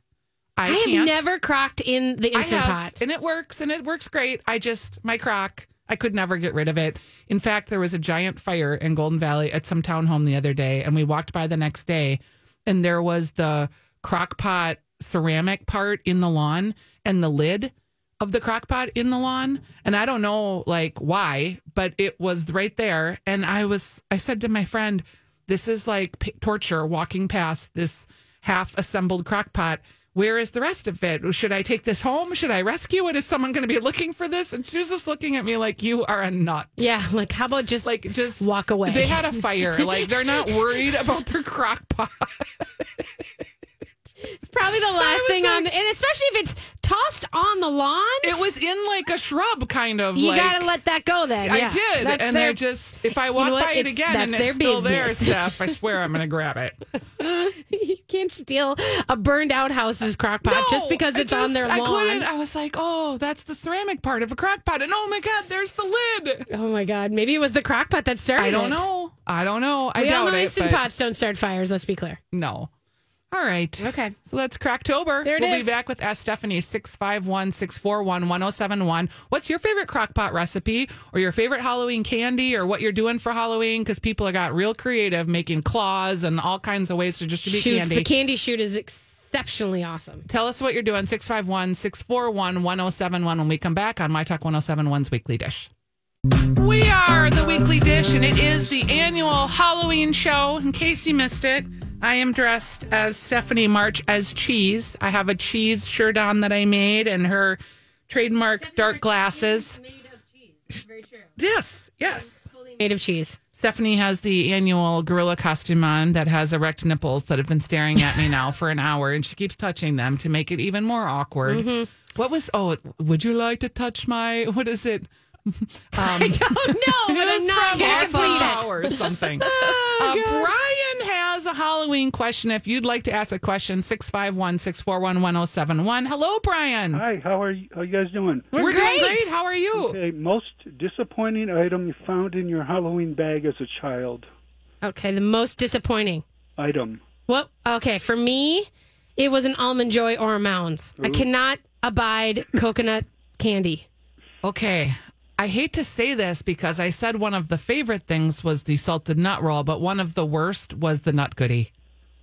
Speaker 1: I,
Speaker 4: I, have
Speaker 1: can't.
Speaker 4: never crocked in the
Speaker 1: I
Speaker 4: instant
Speaker 1: have,
Speaker 4: pot.
Speaker 1: and it works, and it works great. I just my crock. I could never get rid of it. In fact, there was a giant fire in Golden Valley at some townhome the other day, and we walked by the next day, and there was the crock pot ceramic part in the lawn and the lid of the crock pot in the lawn. And I don't know like why, but it was right there. And I was, I said to my friend, this is like p- torture walking past this half assembled crock pot. Where is the rest of it? Should I take this home? Should I rescue it? Is someone going to be looking for this? And she was just looking at me like, you are a nut.
Speaker 4: Yeah, like how about just
Speaker 1: Like, just
Speaker 4: walk away?
Speaker 1: They had a fire. Like, they're not worried about their crock pot.
Speaker 4: probably the last
Speaker 1: was
Speaker 4: thing on, the, and especially if it's tossed on the lawn,
Speaker 1: It was in like a shrub, kind of.
Speaker 4: you
Speaker 1: like,
Speaker 4: gotta let that go. Then
Speaker 1: I
Speaker 4: Yeah,
Speaker 1: did,
Speaker 4: that's
Speaker 1: and
Speaker 4: their-
Speaker 1: they're just. If I walk
Speaker 4: know what?
Speaker 1: by it
Speaker 4: It's-
Speaker 1: again
Speaker 4: that's
Speaker 1: and
Speaker 4: their
Speaker 1: it's still there,
Speaker 4: business.
Speaker 1: Steph, I swear I'm going to grab it.
Speaker 4: you can't steal a burned out house's crock pot Uh, just because
Speaker 1: I
Speaker 4: it's on their
Speaker 1: just- I
Speaker 4: lawn.
Speaker 1: couldn't. I was like, oh, that's the ceramic part of a crock pot, and oh my god, there's the lid.
Speaker 4: oh my god, maybe it was the crock pot that started.
Speaker 1: I don't
Speaker 4: it.
Speaker 1: know. I don't know. I
Speaker 4: We
Speaker 1: doubt
Speaker 4: all know
Speaker 1: it.
Speaker 4: instant
Speaker 1: but
Speaker 4: pots don't start fires. Let's be clear.
Speaker 1: No. All right.
Speaker 4: Okay.
Speaker 1: So that's Cracktober.
Speaker 4: There it
Speaker 1: we'll
Speaker 4: is.
Speaker 1: be back with Ask Stephanie 651 641 1071. What's your favorite crockpot recipe or your favorite Halloween candy or what you're doing for Halloween? Because people have got real creative making claws and all kinds of ways to distribute
Speaker 4: shoot,
Speaker 1: candy.
Speaker 4: the candy shoot is exceptionally awesome.
Speaker 1: Tell us what you're doing 651 641 1071 when we come back on My Talk 1071's Weekly Dish. We are the Weekly Dish, and it is the annual Halloween show. In case you missed it, I am dressed as Stephanie March as cheese. I have a cheese shirt on that I made and her trademark dark glasses. Yes, yes.
Speaker 4: Made of cheese.
Speaker 1: Stephanie has the annual gorilla costume on that has erect nipples that have been staring at me now for an hour, and she keeps touching them to make it even more awkward. What was? Oh, would you like to touch my? What is it? Um,
Speaker 4: Oh no, but I'm not gonna complete it.
Speaker 1: or something. Uh, Brian has a Halloween question. If you'd like to ask a question, 651 641 1071. Hello, Brian.
Speaker 8: Hi, how are you, how you guys doing?
Speaker 1: We're, doing
Speaker 4: great.
Speaker 1: great. How are you?
Speaker 8: Okay, most disappointing item you found in your Halloween bag as a child.
Speaker 4: Okay, the most disappointing.
Speaker 8: Item.
Speaker 4: Well, okay, for me, it was an almond joy or a mounds. I cannot abide coconut candy.
Speaker 1: Okay. I hate to say this because I said one of the favorite things was the salted nut roll, but one of the worst was the nut goodie.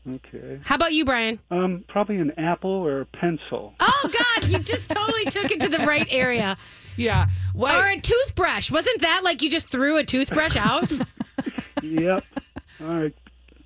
Speaker 8: Okay.
Speaker 4: How about you, Brian?
Speaker 8: Um, probably an apple or a pencil.
Speaker 4: Oh God, you just totally took it to the right area.
Speaker 1: Yeah. What?
Speaker 4: Or a toothbrush. Wasn't that like you just threw a toothbrush out?
Speaker 8: yep. All right.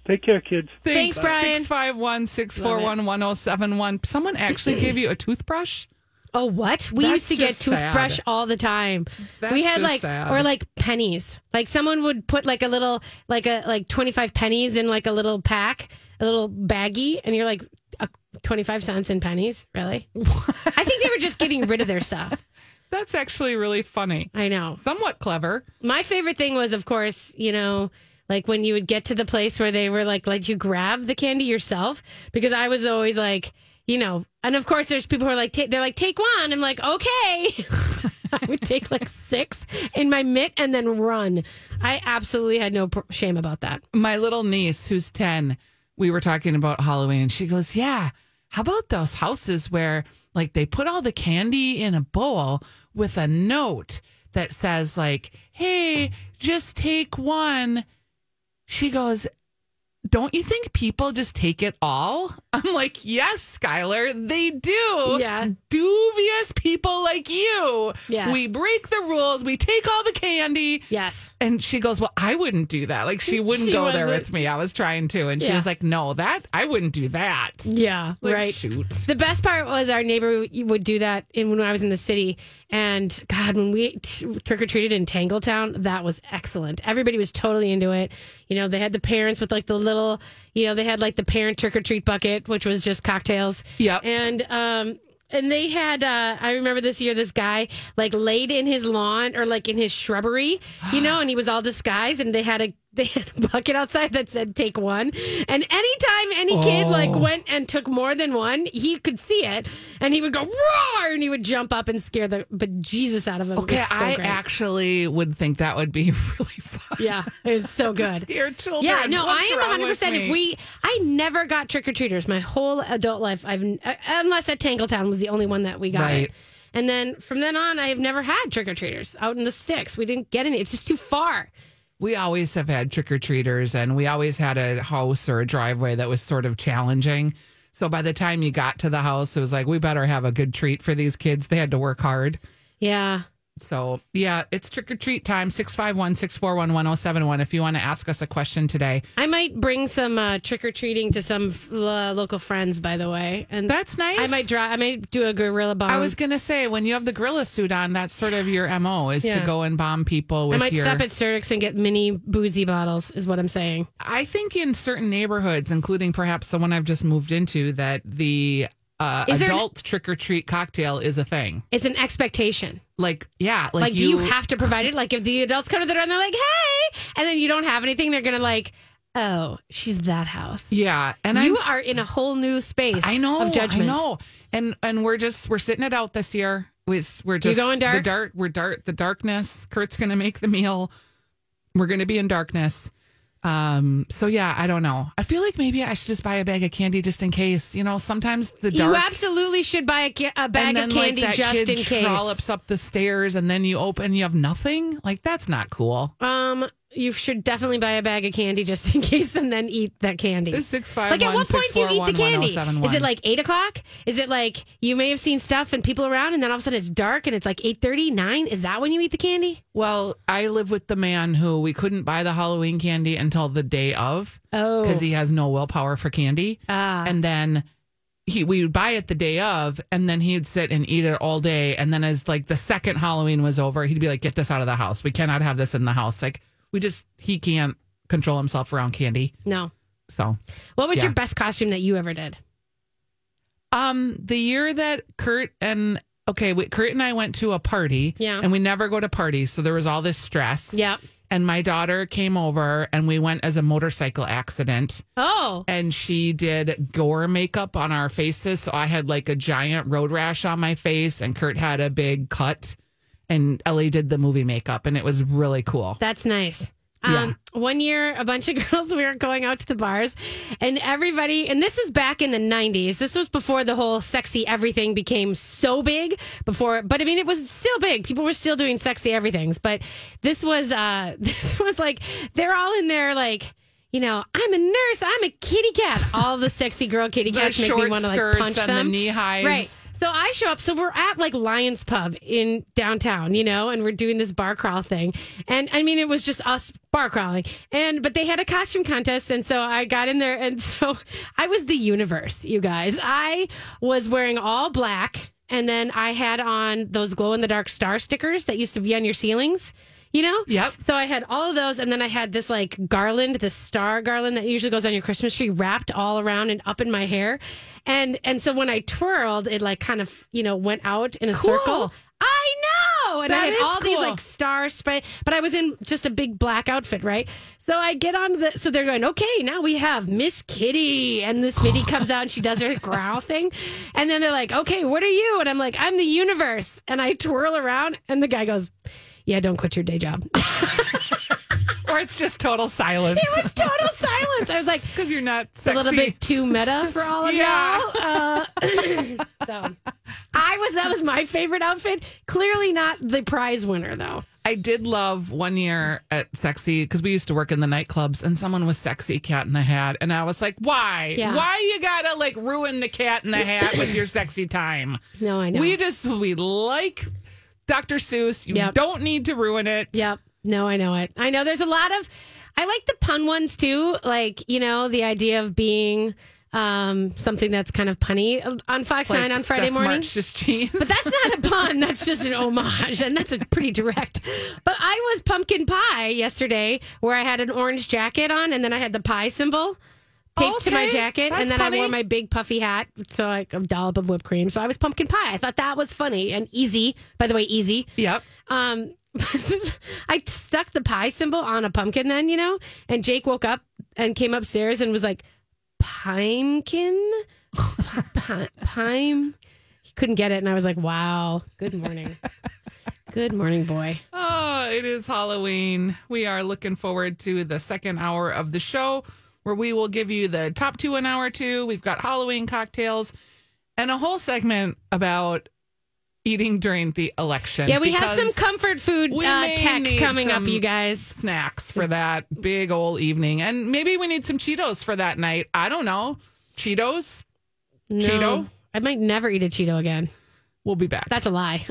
Speaker 8: Take care, kids.
Speaker 4: Thanks, Brian.
Speaker 1: 651 641 1071. Someone actually gave you a toothbrush?
Speaker 4: oh, what? We
Speaker 1: That's
Speaker 4: used to get
Speaker 1: just sad.
Speaker 4: toothbrush all the time.
Speaker 1: That's
Speaker 4: we had
Speaker 1: just
Speaker 4: like
Speaker 1: sad.
Speaker 4: or like pennies. Like someone would put like a little like a like 25 pennies in like a little pack, a little baggie and you're like a 25 cents in pennies, really? I think they were just getting rid of their stuff.
Speaker 1: That's actually really funny.
Speaker 4: I know.
Speaker 1: Somewhat clever.
Speaker 4: My favorite thing was, of course, you know, like when you would get to the place where they were like, let you grab the candy yourself, because I was always like, you know, and of course, there's people who are like, ta- they're like, take one. I'm like, okay. I would take like six in my mitt and then run. I absolutely had no pr- shame about that.
Speaker 1: my little niece who's 10 we were talking about halloween and she goes yeah how about those houses where like they put all the candy in a bowl with a note that says like hey just take one she goes don't you think people just take it all? I'm like, yes, Skylar, they do.
Speaker 4: Yeah.
Speaker 1: Dubious people like you.
Speaker 4: Yes.
Speaker 1: We break the rules. We take all the candy.
Speaker 4: Yes.
Speaker 1: And she goes, Well, I wouldn't do that. Like, she wouldn't
Speaker 4: She
Speaker 1: go there
Speaker 4: wasn't-
Speaker 1: with me. I was trying to. And she
Speaker 4: Yeah.
Speaker 1: was like, No, that, I wouldn't do that.
Speaker 4: Yeah.
Speaker 1: Like,
Speaker 4: right.
Speaker 1: Shoot.
Speaker 4: The best part was our neighbor would do that in, when I was in the city. And God, when we t- trick or treated in Tangletown, that was excellent. Everybody was totally into it. You know, they had the parents with like the little, you know, they had like the parent trick or treat bucket, which was just cocktails.
Speaker 1: Yep.
Speaker 4: And, um, and they had, uh, I remember this year, this guy like laid in his lawn or like in his shrubbery, you know, and he was all disguised and they had a, they had a bucket outside that said take one. And anytime any kid
Speaker 1: Oh.
Speaker 4: like went and took more than one, he could see it and he would go roar and he would jump up and scare the bejesus out of him. It was
Speaker 1: Okay,
Speaker 4: so
Speaker 1: I
Speaker 4: great.
Speaker 1: actually would think that would be really fun.
Speaker 4: Yeah, it was so good.
Speaker 1: Scare children.
Speaker 4: Yeah, no, I
Speaker 1: What's
Speaker 4: am
Speaker 1: wrong
Speaker 4: 100.
Speaker 1: with
Speaker 4: percent If
Speaker 1: me?
Speaker 4: we, I never got trick or treaters my whole adult life. I've uh, unless at Tangletown was the only one that we got
Speaker 1: Right.
Speaker 4: it. And then from then on, I have never had trick or treaters out in the sticks. We didn't get any. It's just too far.
Speaker 1: We always have had trick or treaters, and we always had a house or a driveway that was sort of challenging. So by the time you got to the house, it was like, We better have a good treat for these kids. They had to work hard.
Speaker 4: Yeah.
Speaker 1: So, yeah, it's trick or treat time 651 641 1071. If you want to ask us a question today,
Speaker 4: I might bring some uh, trick or treating to some uh, local friends, by the way. And
Speaker 1: That's nice.
Speaker 4: I might draw. I might do a gorilla bomb.
Speaker 1: I was gonna say when you have the gorilla suit on, that's sort of your mo is
Speaker 4: Yeah.
Speaker 1: to go and bomb people
Speaker 4: I
Speaker 1: with
Speaker 4: might
Speaker 1: your.
Speaker 4: stop at Sturdick's and get mini boozy bottles. Is what I'm saying.
Speaker 1: I think in certain neighborhoods, including perhaps the one I've just moved into, that the uh,
Speaker 4: Is there an-
Speaker 1: adult trick or treat cocktail is a thing.
Speaker 4: It's an expectation.
Speaker 1: Like, yeah, like,
Speaker 4: Like, do you have to provide it? Like, if the adults come to the door and they're like, "Hey," and then you don't have anything, they're gonna like, "Oh, she's that house."
Speaker 1: Yeah, and
Speaker 4: you
Speaker 1: I'm s-
Speaker 4: are in a whole new space.
Speaker 1: I know.
Speaker 4: of judgment.
Speaker 1: I know. And and we're just we're sitting it out this year. We're, we're just
Speaker 4: going
Speaker 1: The
Speaker 4: dark?
Speaker 1: dark. We're dark. The darkness. Kurt's gonna make the meal. We're gonna be in darkness. Um. So yeah, I don't know. I feel like maybe I should just buy a bag of candy just in case. You know, sometimes the dark.
Speaker 4: You absolutely should buy a, ca- a bag
Speaker 1: and then
Speaker 4: of candy
Speaker 1: like that
Speaker 4: just
Speaker 1: kid
Speaker 4: in case.
Speaker 1: Trollops up the stairs and then you open, you have nothing. Like that's not cool.
Speaker 4: Um, you should definitely buy a bag of candy just in case, and then eat that candy.
Speaker 1: It's six five.
Speaker 4: Like, at
Speaker 1: one,
Speaker 4: what point
Speaker 1: six,
Speaker 4: do you
Speaker 1: four,
Speaker 4: eat the
Speaker 1: one,
Speaker 4: candy?
Speaker 1: 1071.
Speaker 4: Is it like eight o'clock? Is it like you may have seen stuff and people around, and then all of a sudden it's dark and it's like eight thirty nine? Is that when you eat the candy?
Speaker 1: Well, I live with the man who we couldn't buy the Halloween candy until the day of.
Speaker 4: Oh,
Speaker 1: because he has no willpower for candy.
Speaker 4: Ah.
Speaker 1: And then he we would buy it the day of, and then he'd sit and eat it all day. And then as like the second Halloween was over, he'd be like, "Get this out of the house. We cannot have this in the house." Like we just he can't control himself around candy.
Speaker 4: no.
Speaker 1: So
Speaker 4: What was
Speaker 1: Yeah.
Speaker 4: your best costume that you ever did?
Speaker 1: um, the year that Kurt and okay, we, Kurt and I went to a party.
Speaker 4: Yeah.
Speaker 1: and we never go to parties, so there was all this stress.
Speaker 4: Yeah.
Speaker 1: And my daughter came over and we went as a motorcycle accident.
Speaker 4: Oh,
Speaker 1: and she did gore makeup on our faces. So I had like a giant road rash on my face, and Kurt had a big cut, and Ellie did the movie makeup, and it was really cool.
Speaker 4: that's nice. Um, One year, a bunch of girls, we were going out to the bars, and everybody, and this was back in the 90s. This was before the whole sexy everything became so big. Before, but I mean, it was still big. People were still doing sexy everythings, but this was, uh, this was like, they're all in there, like, you know, I'm a nurse, I'm a kitty cat. All the sexy girl kitty
Speaker 1: The
Speaker 4: cats make me
Speaker 1: short
Speaker 4: want to like
Speaker 1: skirts
Speaker 4: punch
Speaker 1: and the
Speaker 4: them.
Speaker 1: knee highs.
Speaker 4: Right. So I show up. So we're at like Lions Pub in downtown, you know, and we're doing this bar crawl thing. And I mean, it was just us bar crawling. And, but they had a costume contest. And so I got in there. And so I was the universe, you guys. I was wearing all black. And then I had on those glow in the dark star stickers that used to be on your ceilings, you know?
Speaker 1: Yep.
Speaker 4: So I had all of those, and then I had this like garland, this star garland that usually goes on your Christmas tree, wrapped all around and up in my hair, and and so when I twirled, it like kind of you know went out in a circle. I know, and I
Speaker 1: That
Speaker 4: had
Speaker 1: is
Speaker 4: all these
Speaker 1: cool.
Speaker 4: like star spray, but I was in just a big black outfit, right? So I get on the, so they're going, okay, now we have Miss Kitty, and this Mitty comes out and she does her growl thing, and then they're like, okay, what are you? And I'm like, I'm the universe, and I twirl around, and the guy goes. Yeah, don't quit your day job.
Speaker 1: Or it's just total silence.
Speaker 4: It was total silence. I was like,
Speaker 1: Because you're not
Speaker 4: a
Speaker 1: sexy.
Speaker 4: little bit too meta for all of
Speaker 1: Yeah.
Speaker 4: y'all. Uh, so I was that was my favorite outfit. Clearly not the prize winner though.
Speaker 1: I did love one year at Sexy because we used to work in the nightclubs and someone was sexy cat in the hat. And I was like, why?
Speaker 4: Yeah.
Speaker 1: Why you gotta like ruin the cat in the hat with your sexy time?
Speaker 4: No, I know.
Speaker 1: We just, we like Dr. Seuss. You
Speaker 4: Yep.
Speaker 1: don't need to ruin it.
Speaker 4: Yep. No, I know it. I know there's a lot of I like the pun ones too. Like, you know, the idea of being um, something that's kind of punny on Fox
Speaker 1: Like
Speaker 4: 9 on Friday
Speaker 1: Steph
Speaker 4: morning.
Speaker 1: March just cheese.
Speaker 4: But that's not a pun. That's just an homage, and that's a pretty direct. But I was pumpkin pie yesterday, where I had an orange jacket on, and then I had the pie symbol taped to my
Speaker 1: Okay,
Speaker 4: jacket,
Speaker 1: that's
Speaker 4: and then I wore
Speaker 1: funny.
Speaker 4: my big puffy hat, so like a dollop of whipped cream. So I was pumpkin pie. I thought that was funny and easy. By the way, easy.
Speaker 1: Yep.
Speaker 4: Um, I t- stuck the pie symbol on a pumpkin then, you know, and Jake woke up and came upstairs and was like, Pimekin? P- pi- Pime? He couldn't get it. And I was like, wow, good morning. good morning, boy.
Speaker 1: Oh, it is Halloween. We are looking forward to the second hour of the show where we will give you the top two an hour two. We've got Halloween cocktails and a whole segment about eating during the election.
Speaker 4: Yeah, we have some
Speaker 1: because
Speaker 4: comfort food uh,
Speaker 1: we may
Speaker 4: tech
Speaker 1: need
Speaker 4: coming up,
Speaker 1: some-
Speaker 4: you guys.
Speaker 1: snacks for that big old evening. And maybe we need some Cheetos for that night. I don't know. Cheetos?
Speaker 4: No,
Speaker 1: Cheeto?
Speaker 4: I might never eat a Cheeto again.
Speaker 1: We'll be back.
Speaker 4: That's a lie.